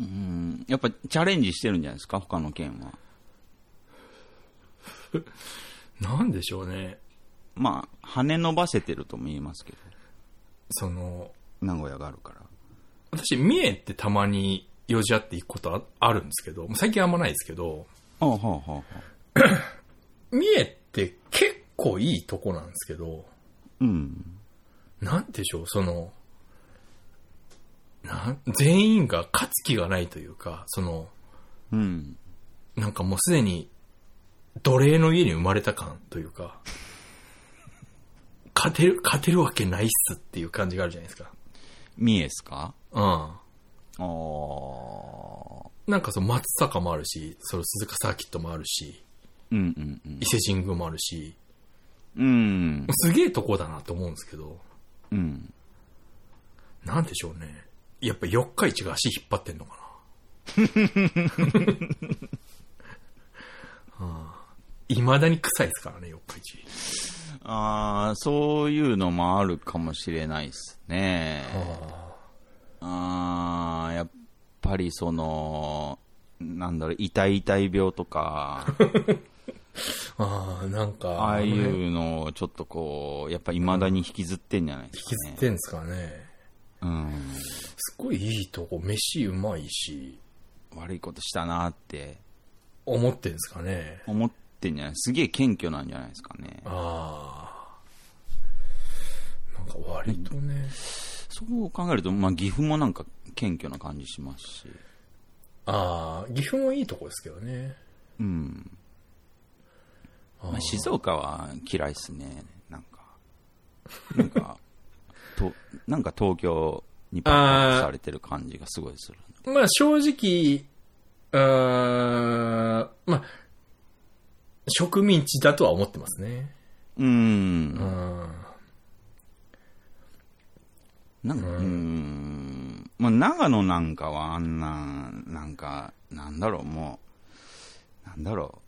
Speaker 2: うんやっぱチャレンジしてるんじゃないですか、他の県は。
Speaker 1: なんでしょうね。
Speaker 2: まあ、羽伸ばせてるとも言えますけど、
Speaker 1: その、
Speaker 2: 名古屋があるから。
Speaker 1: 私、三重ってたまに用事あって行くことああるんですけど、最近あんまないですけど、
Speaker 2: ああ、はあ、はあ、はあ。
Speaker 1: 三重って結構いいとこなんですけど、
Speaker 2: うん。
Speaker 1: なんでしょう、その、なん全員が勝つ気がないというか、その、
Speaker 2: うん。
Speaker 1: なんかもうすでに奴隷の家に生まれた感というか、勝てる、勝てるわけないっすっていう感じがあるじゃないですか。
Speaker 2: 三重ですか
Speaker 1: う
Speaker 2: ああ。
Speaker 1: ん。なんかその松坂もあるし、その鈴鹿サーキットもあるし、
Speaker 2: うんうんうん
Speaker 1: 伊勢神宮もあるし、。
Speaker 2: うん
Speaker 1: もう。すげえとこだなと思うんですけど、
Speaker 2: うん。
Speaker 1: なんでしょうね。やっぱ四日市が足引っ張ってんのかな。
Speaker 2: [laughs]
Speaker 1: いま、だに臭いですからね、四日市。
Speaker 2: ああ、そういうのもあるかもしれないですね。ああ、やっぱりその、なんだろう、痛い痛い病
Speaker 1: [laughs]
Speaker 2: とか、
Speaker 1: ああ、なんか、
Speaker 2: ああい
Speaker 1: のね
Speaker 2: うのをちょっとこう、やっぱ未だに引きずってんじゃないで
Speaker 1: 引
Speaker 2: す
Speaker 1: き
Speaker 2: か
Speaker 1: ず
Speaker 2: ね。
Speaker 1: ってんすかね。
Speaker 2: うん。
Speaker 1: すごいいいとこ、飯うまいし、
Speaker 2: 悪いことしたなって
Speaker 1: 思ってんすかね。
Speaker 2: 思ってんじゃないすげえ謙虚なんじゃないですかね。
Speaker 1: ああ。なんか割とね、
Speaker 2: そう考えると、まあ岐阜もなんか謙虚な感じしますし。
Speaker 1: ああ、岐阜もいいとこですけどね。
Speaker 2: うん。まあ、静岡は嫌いっすね。なんか。なん [laughs] か、と、なんか東京に爆発されてる感じがすごいする。
Speaker 1: まあ正直、あーまあ、植民地だとは思ってますね。
Speaker 2: うん。
Speaker 1: うん
Speaker 2: なんか、う
Speaker 1: うん
Speaker 2: ーん。まあ、長野なんかはあんな、なんか、なんだろう、もう、なんだろう。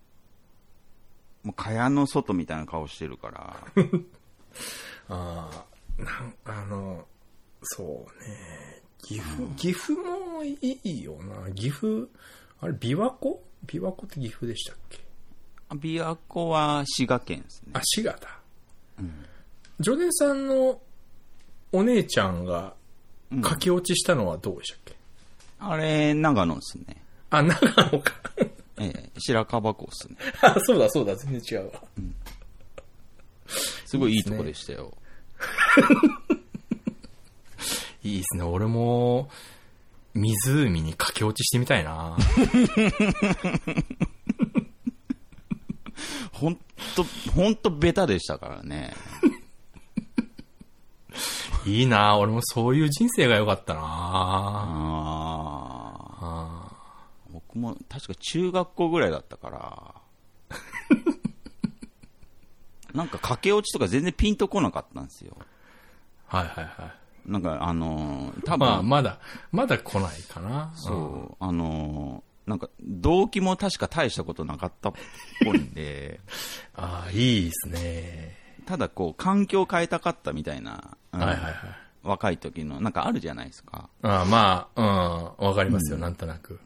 Speaker 2: もう、蚊帳の外みたいな顔してる [laughs] から。
Speaker 1: ああ、なんあの、そうね。岐阜、岐阜もいいよな。岐阜、あれ、琵琶湖琵琶湖って岐阜でしたっけ
Speaker 2: 琵琶湖は滋賀県ですね。
Speaker 1: あ、滋賀だ。ジョネさんのお姉ちゃんが
Speaker 2: うん
Speaker 1: 駆け落ちしたのはどうでしたっけ、
Speaker 2: あれ、長野ですね。
Speaker 1: あ、長野か。 [laughs]
Speaker 2: ええ、白樺湖ですね。
Speaker 1: あ、そうだそうだ、全然違うわ。
Speaker 2: すごいいいとこでしたよ。
Speaker 1: いいですね。俺も、湖に駆け落ちしてみたいな。 [laughs]
Speaker 2: ほんと、ほんとベタでしたからね。
Speaker 1: いいな俺もそういう人生が良かったな
Speaker 2: ああ。
Speaker 1: あ
Speaker 2: 僕も確か中学校ぐらいだっ
Speaker 1: [laughs]
Speaker 2: たから。なんか駆け落ちとか全然ピンとこなかったんですよ。
Speaker 1: ーはいはいはい。
Speaker 2: なんかあのー、多分、
Speaker 1: まあ、まだ、まだ来ないかな。
Speaker 2: そう、あのー、なんか動機も確か大したことなかったっぽいんで、
Speaker 1: ああ、いいですね。
Speaker 2: ただこう環境を変えたかったみたいな、うん
Speaker 1: はいはいはい。
Speaker 2: 若い時のなんかあるじゃないですか。
Speaker 1: ああまあ、うん、わかりますよ、なんとなく。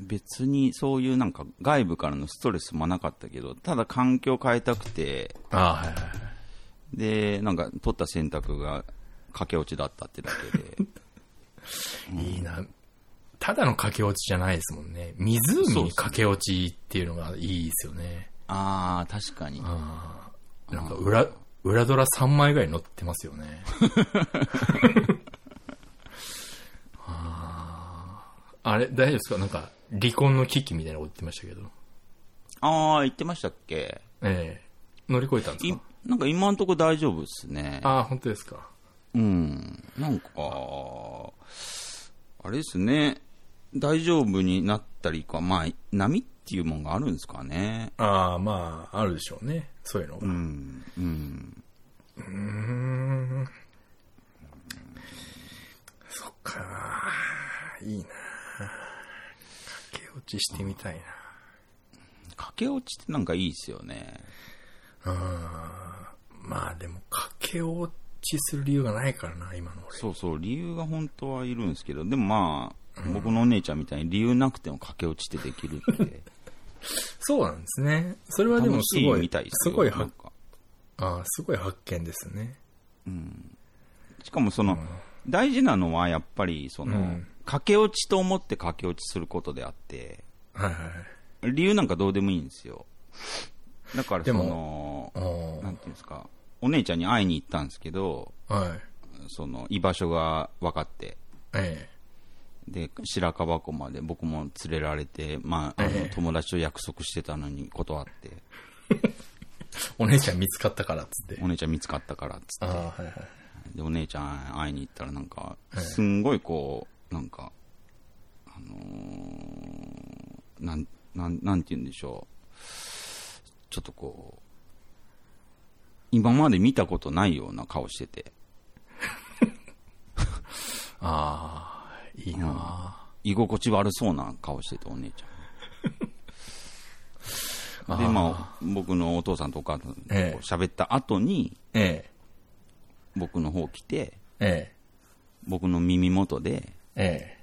Speaker 2: 別にそういうなんか外部からのストレスもなかったけど、ただ環境を変えたくて、
Speaker 1: ああ、はいはいはい。
Speaker 2: で、なんか取った選択が駆け落ちだったってだけで。
Speaker 1: いいな。ただの駆け落ちじゃないですもんね。湖に駆け落ちっていうのがいいですよね。
Speaker 2: [laughs] ああ、確かに。
Speaker 1: ああなんか裏、裏ドラ3枚ぐらい載ってますよ [laughs] ね。あああれ、大丈夫ですかなんか、離婚の危機みたいなこと言ってましたけど。
Speaker 2: ああ、言ってましたっけ
Speaker 1: ええ乗り越えたんです
Speaker 2: い
Speaker 1: か
Speaker 2: なんか今んとこ大丈夫っすね。
Speaker 1: ああ、本当ですか。
Speaker 2: うん。なんか、あれですね。大丈夫になったりか、まあ、波っていうもんがあるんですかね。
Speaker 1: ああ、まあ、あるでしょうね。そういうのが。
Speaker 2: うん。うん。
Speaker 1: そっかいいな駆け落ちしてみたいな。
Speaker 2: 駆け落ちってなんかいいっすよね。
Speaker 1: うん。まあでも、駆け落ちする理由がないからな、今の俺。
Speaker 2: そうそう、理由が本当はいるんですけど、でもまあ、僕のお姉ちゃんみたいに理由なくても駆け落ちってできる
Speaker 1: [laughs]
Speaker 2: って。
Speaker 1: そうなんですね。それはでも
Speaker 2: 楽
Speaker 1: す
Speaker 2: しい
Speaker 1: ご
Speaker 2: み
Speaker 1: い、
Speaker 2: たいです
Speaker 1: す
Speaker 2: よ。
Speaker 1: ごい
Speaker 2: な
Speaker 1: は
Speaker 2: ん、か
Speaker 1: ああすごい発見ですね。
Speaker 2: しかもその、大事なのはやっぱりその、
Speaker 1: うん
Speaker 2: 駆け落ちと思って駆け落ちすることであって、
Speaker 1: はいはい。
Speaker 2: 理由なんかどうでもいいんですよ。だからそ
Speaker 1: で
Speaker 2: の、
Speaker 1: お
Speaker 2: なんていうんですか、お姉ちゃんに会いに行ったんですけど、
Speaker 1: はい。
Speaker 2: その居場所が分かって、
Speaker 1: え
Speaker 2: で白樺湖まで僕も連れられて、まあ、あの
Speaker 1: ええ
Speaker 2: 友達と約束してたのに断って、
Speaker 1: えお姉ちゃん見つかったからっつって。
Speaker 2: お姉ちゃん見つかったからっつ
Speaker 1: ああ
Speaker 2: って、、
Speaker 1: はいはい。
Speaker 2: でお姉ちゃん会いに行ったらなんか
Speaker 1: え
Speaker 2: すんごいこうなんかあのーなんなんなんて言うんでしょうちょっとこう今まで見たことないような顔してて
Speaker 1: ああ、いいな
Speaker 2: 居心地悪そうな顔してて
Speaker 1: [laughs]
Speaker 2: お姉ちゃんでまあ僕のお父さんとお母さんとこう
Speaker 1: ええ
Speaker 2: 喋った後に
Speaker 1: え
Speaker 2: 僕の方来て
Speaker 1: え、え
Speaker 2: 僕の耳元で
Speaker 1: え、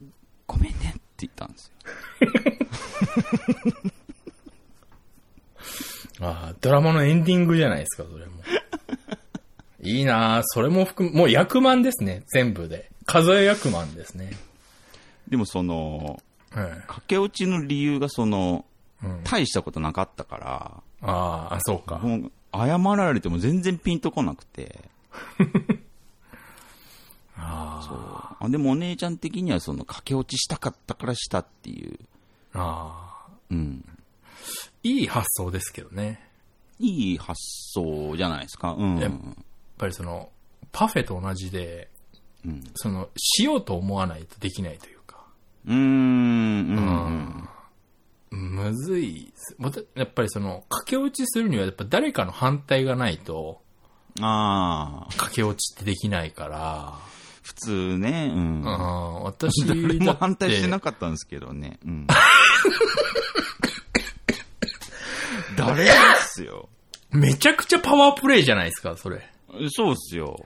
Speaker 1: え
Speaker 2: 「ごめんね」って言ったんですよ
Speaker 1: え。ああ、ドラマのエンディングじゃないですか、それも。 [laughs] いいなそれも含む、もう役満ですね、全部で。数え役満ですね。
Speaker 2: でもその
Speaker 1: うん。
Speaker 2: 駆け落ちの理由がそ
Speaker 1: う
Speaker 2: の、
Speaker 1: ん
Speaker 2: 大したことなかったか
Speaker 1: ああ、そうか。
Speaker 2: ら、もう謝られても全然ピンとこなくて、
Speaker 1: [laughs] あ
Speaker 2: そうあでもお姉ちゃん的にはその駆け落ちしたかったからしたっていう、
Speaker 1: あ、ああ。
Speaker 2: うん、
Speaker 1: いい発想ですけどね。やっ
Speaker 2: いい発想じゃないですか。うん。
Speaker 1: えぱりその、パフェと同じで、
Speaker 2: うん。
Speaker 1: その、しようと思わないとできないというか。
Speaker 2: うーん。うん。
Speaker 1: むずいっす。また、やっぱりその、駆け落ちするには、やっぱ誰かの反対がないと、
Speaker 2: ああ、
Speaker 1: 駆け落ちってできないから、
Speaker 2: 普通ね、うん。
Speaker 1: うん、私だ
Speaker 2: [laughs] 誰も
Speaker 1: っ
Speaker 2: 反対して
Speaker 1: て
Speaker 2: なかったんですけどね。
Speaker 1: [laughs]
Speaker 2: うん。誰もっすよ。
Speaker 1: めちゃくちゃパワープレイじゃないですか、それ。
Speaker 2: そうっすよ。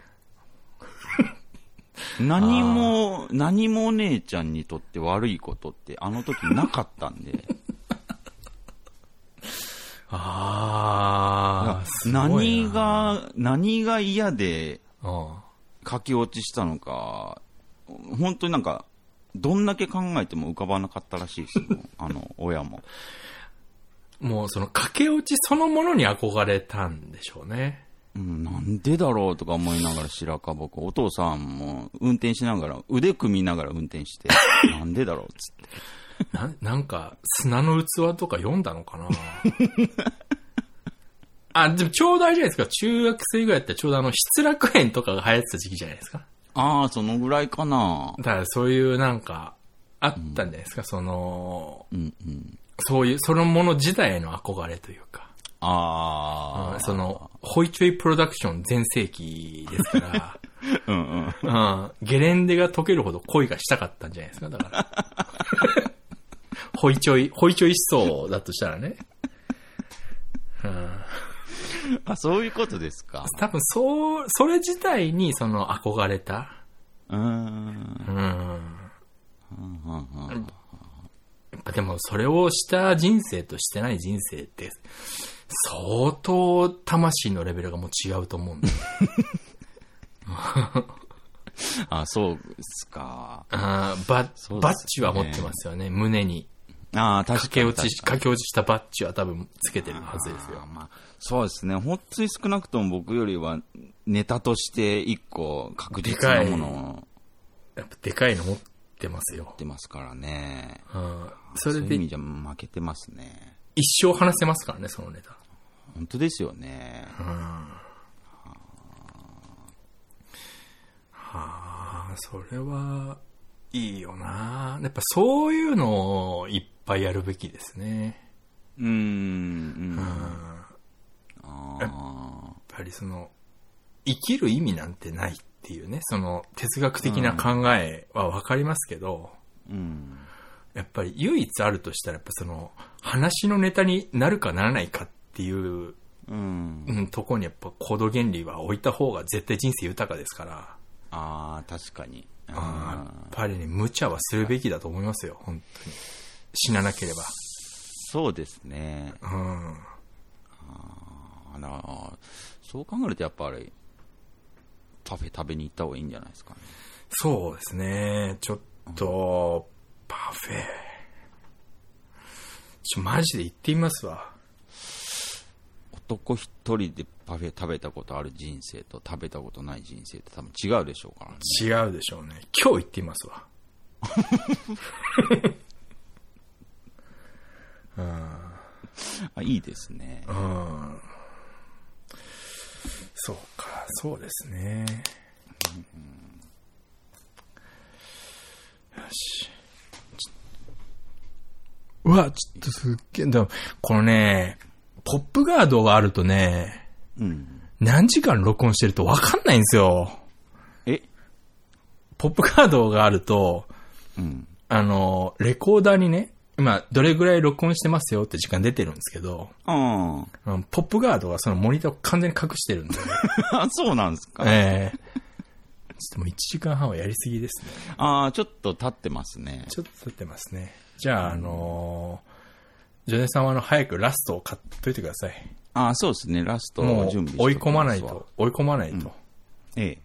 Speaker 2: 何も、何もお姉ちゃんにとって悪いことってあの時なかったんで、
Speaker 1: [laughs] ああ、すごい
Speaker 2: 何
Speaker 1: な。
Speaker 2: が、何が嫌で
Speaker 1: うん
Speaker 2: 駆け落ちしたのか、本当になんか、どんだけ考えても浮かばなかったらしいですよ、
Speaker 1: [laughs]
Speaker 2: あの、親も。
Speaker 1: もうその駆け落ちそのものに憧れたんでしょうね。
Speaker 2: うんなんでだろうとか思いながら白樺僕お父さんも運転しながら腕組みながら運
Speaker 1: [laughs]
Speaker 2: 転してなんでだろうっつって
Speaker 1: ななんか、砂の器とか読んだのかなあ、でもちょうどあれじゃないですか。中学生ぐらいだったらちょうどあの、失楽園とかが流行ってた時期じゃないですか。
Speaker 2: ああそのぐらいかな
Speaker 1: だからそういうなんか、あったんじゃないですか。その、
Speaker 2: うんうん
Speaker 1: そういう、そのもの自体への憧れというか。
Speaker 2: あ
Speaker 1: うん
Speaker 2: あ
Speaker 1: その、ホイチョイプロダクション全盛期ですか
Speaker 2: うんうん
Speaker 1: ら、うん、ゲレンデが溶けるほど恋がしたかったんじゃないですか、だから。ホイチョイ、ホイチョイ思想だとしたらね。うん、
Speaker 2: あそういうことです
Speaker 1: [laughs]
Speaker 2: か
Speaker 1: 多分、そう、それ自体にその憧れた。
Speaker 2: うーん
Speaker 1: うん。
Speaker 2: うんうんうん
Speaker 1: やっぱでも、それをした人生としてない人生って、相当魂のレベルがもう違うと思うん
Speaker 2: [laughs]
Speaker 1: だよ。
Speaker 2: あそうですか
Speaker 1: あーバ
Speaker 2: そうですね
Speaker 1: バッジは持ってますよね、胸に。
Speaker 2: ああ確
Speaker 1: 駆け
Speaker 2: かに
Speaker 1: 落ち、
Speaker 2: 確か
Speaker 1: 駆
Speaker 2: に
Speaker 1: け落ちしたバッジは多分つけてるはずです
Speaker 2: あ
Speaker 1: よ
Speaker 2: ー。まあ、そうですね本当に少なくとも僕よりはネタとして一個確実なものを持
Speaker 1: やっぱでかいの持ってますよ
Speaker 2: っ。てますからね
Speaker 1: うん、それ
Speaker 2: そういう
Speaker 1: で
Speaker 2: 意味じゃ負けてますね。
Speaker 1: 一生話せますからね、そのネタ。
Speaker 2: 本当ですよね。
Speaker 1: ああ、それは、いいよな。やっぱそういうのをいっぱいやるべきですね。
Speaker 2: うーん。うん
Speaker 1: うん、
Speaker 2: あ
Speaker 1: や
Speaker 2: あ。
Speaker 1: っぱりその、生きる意味なんてないっていうね、その哲学的な考えはわかりますけど、
Speaker 2: うん。
Speaker 1: やっぱり唯一あるとしたら、やっぱその、話のネタになるかならないかっていう、
Speaker 2: うん。
Speaker 1: うん、とこにやっぱ行動原理は置いた方が絶対人生豊かですから、
Speaker 2: ああ、確かに。
Speaker 1: あーや
Speaker 2: あ
Speaker 1: っ
Speaker 2: ー
Speaker 1: ぱりね、無茶はするべきだと思いますよ、本当に。死ななければ。
Speaker 2: そうですね。
Speaker 1: うん。
Speaker 2: あら、そう考えるとやっぱり、パフェ食べに行った方がいいんじゃないですかね。
Speaker 1: そうですね、ちょっと、パフェ。ちょ、マジで行ってみますわ。
Speaker 2: 男一人でパフェ食べたことある人生と食べたことない人生って多分違うでしょうからね。
Speaker 1: 違うでしょうね。今日行ってみますわ。
Speaker 2: あ、いいですね。
Speaker 1: うん。そうか、そうですね。よし。ちょうわ、ちょっとすっげえ、でもこのね、ポップガードがあるとね、
Speaker 2: うん。
Speaker 1: 何時間録音してるとわかんないんですよ。
Speaker 2: え
Speaker 1: ポップガードがあると、
Speaker 2: うん。
Speaker 1: あの、レコーダーにね、今、どれぐらい録音してますよって時間出てるんですけど、
Speaker 2: あ
Speaker 1: うんポップガードはそのモニターを完全に隠して
Speaker 2: [laughs]
Speaker 1: るんで、
Speaker 2: あ。そうなんですか。
Speaker 1: ええちょっともう1時間半はやりすぎですね。
Speaker 2: ああ、ちょっと経ってますね。
Speaker 1: ちょっと経ってますね。じゃあ、あのージョネさんはあの早くラストを買っといてください。
Speaker 2: ああ、そうですね。ラスト
Speaker 1: も
Speaker 2: を
Speaker 1: う
Speaker 2: 準備して
Speaker 1: 追い込まないと。、追い込まないと。
Speaker 2: ええ。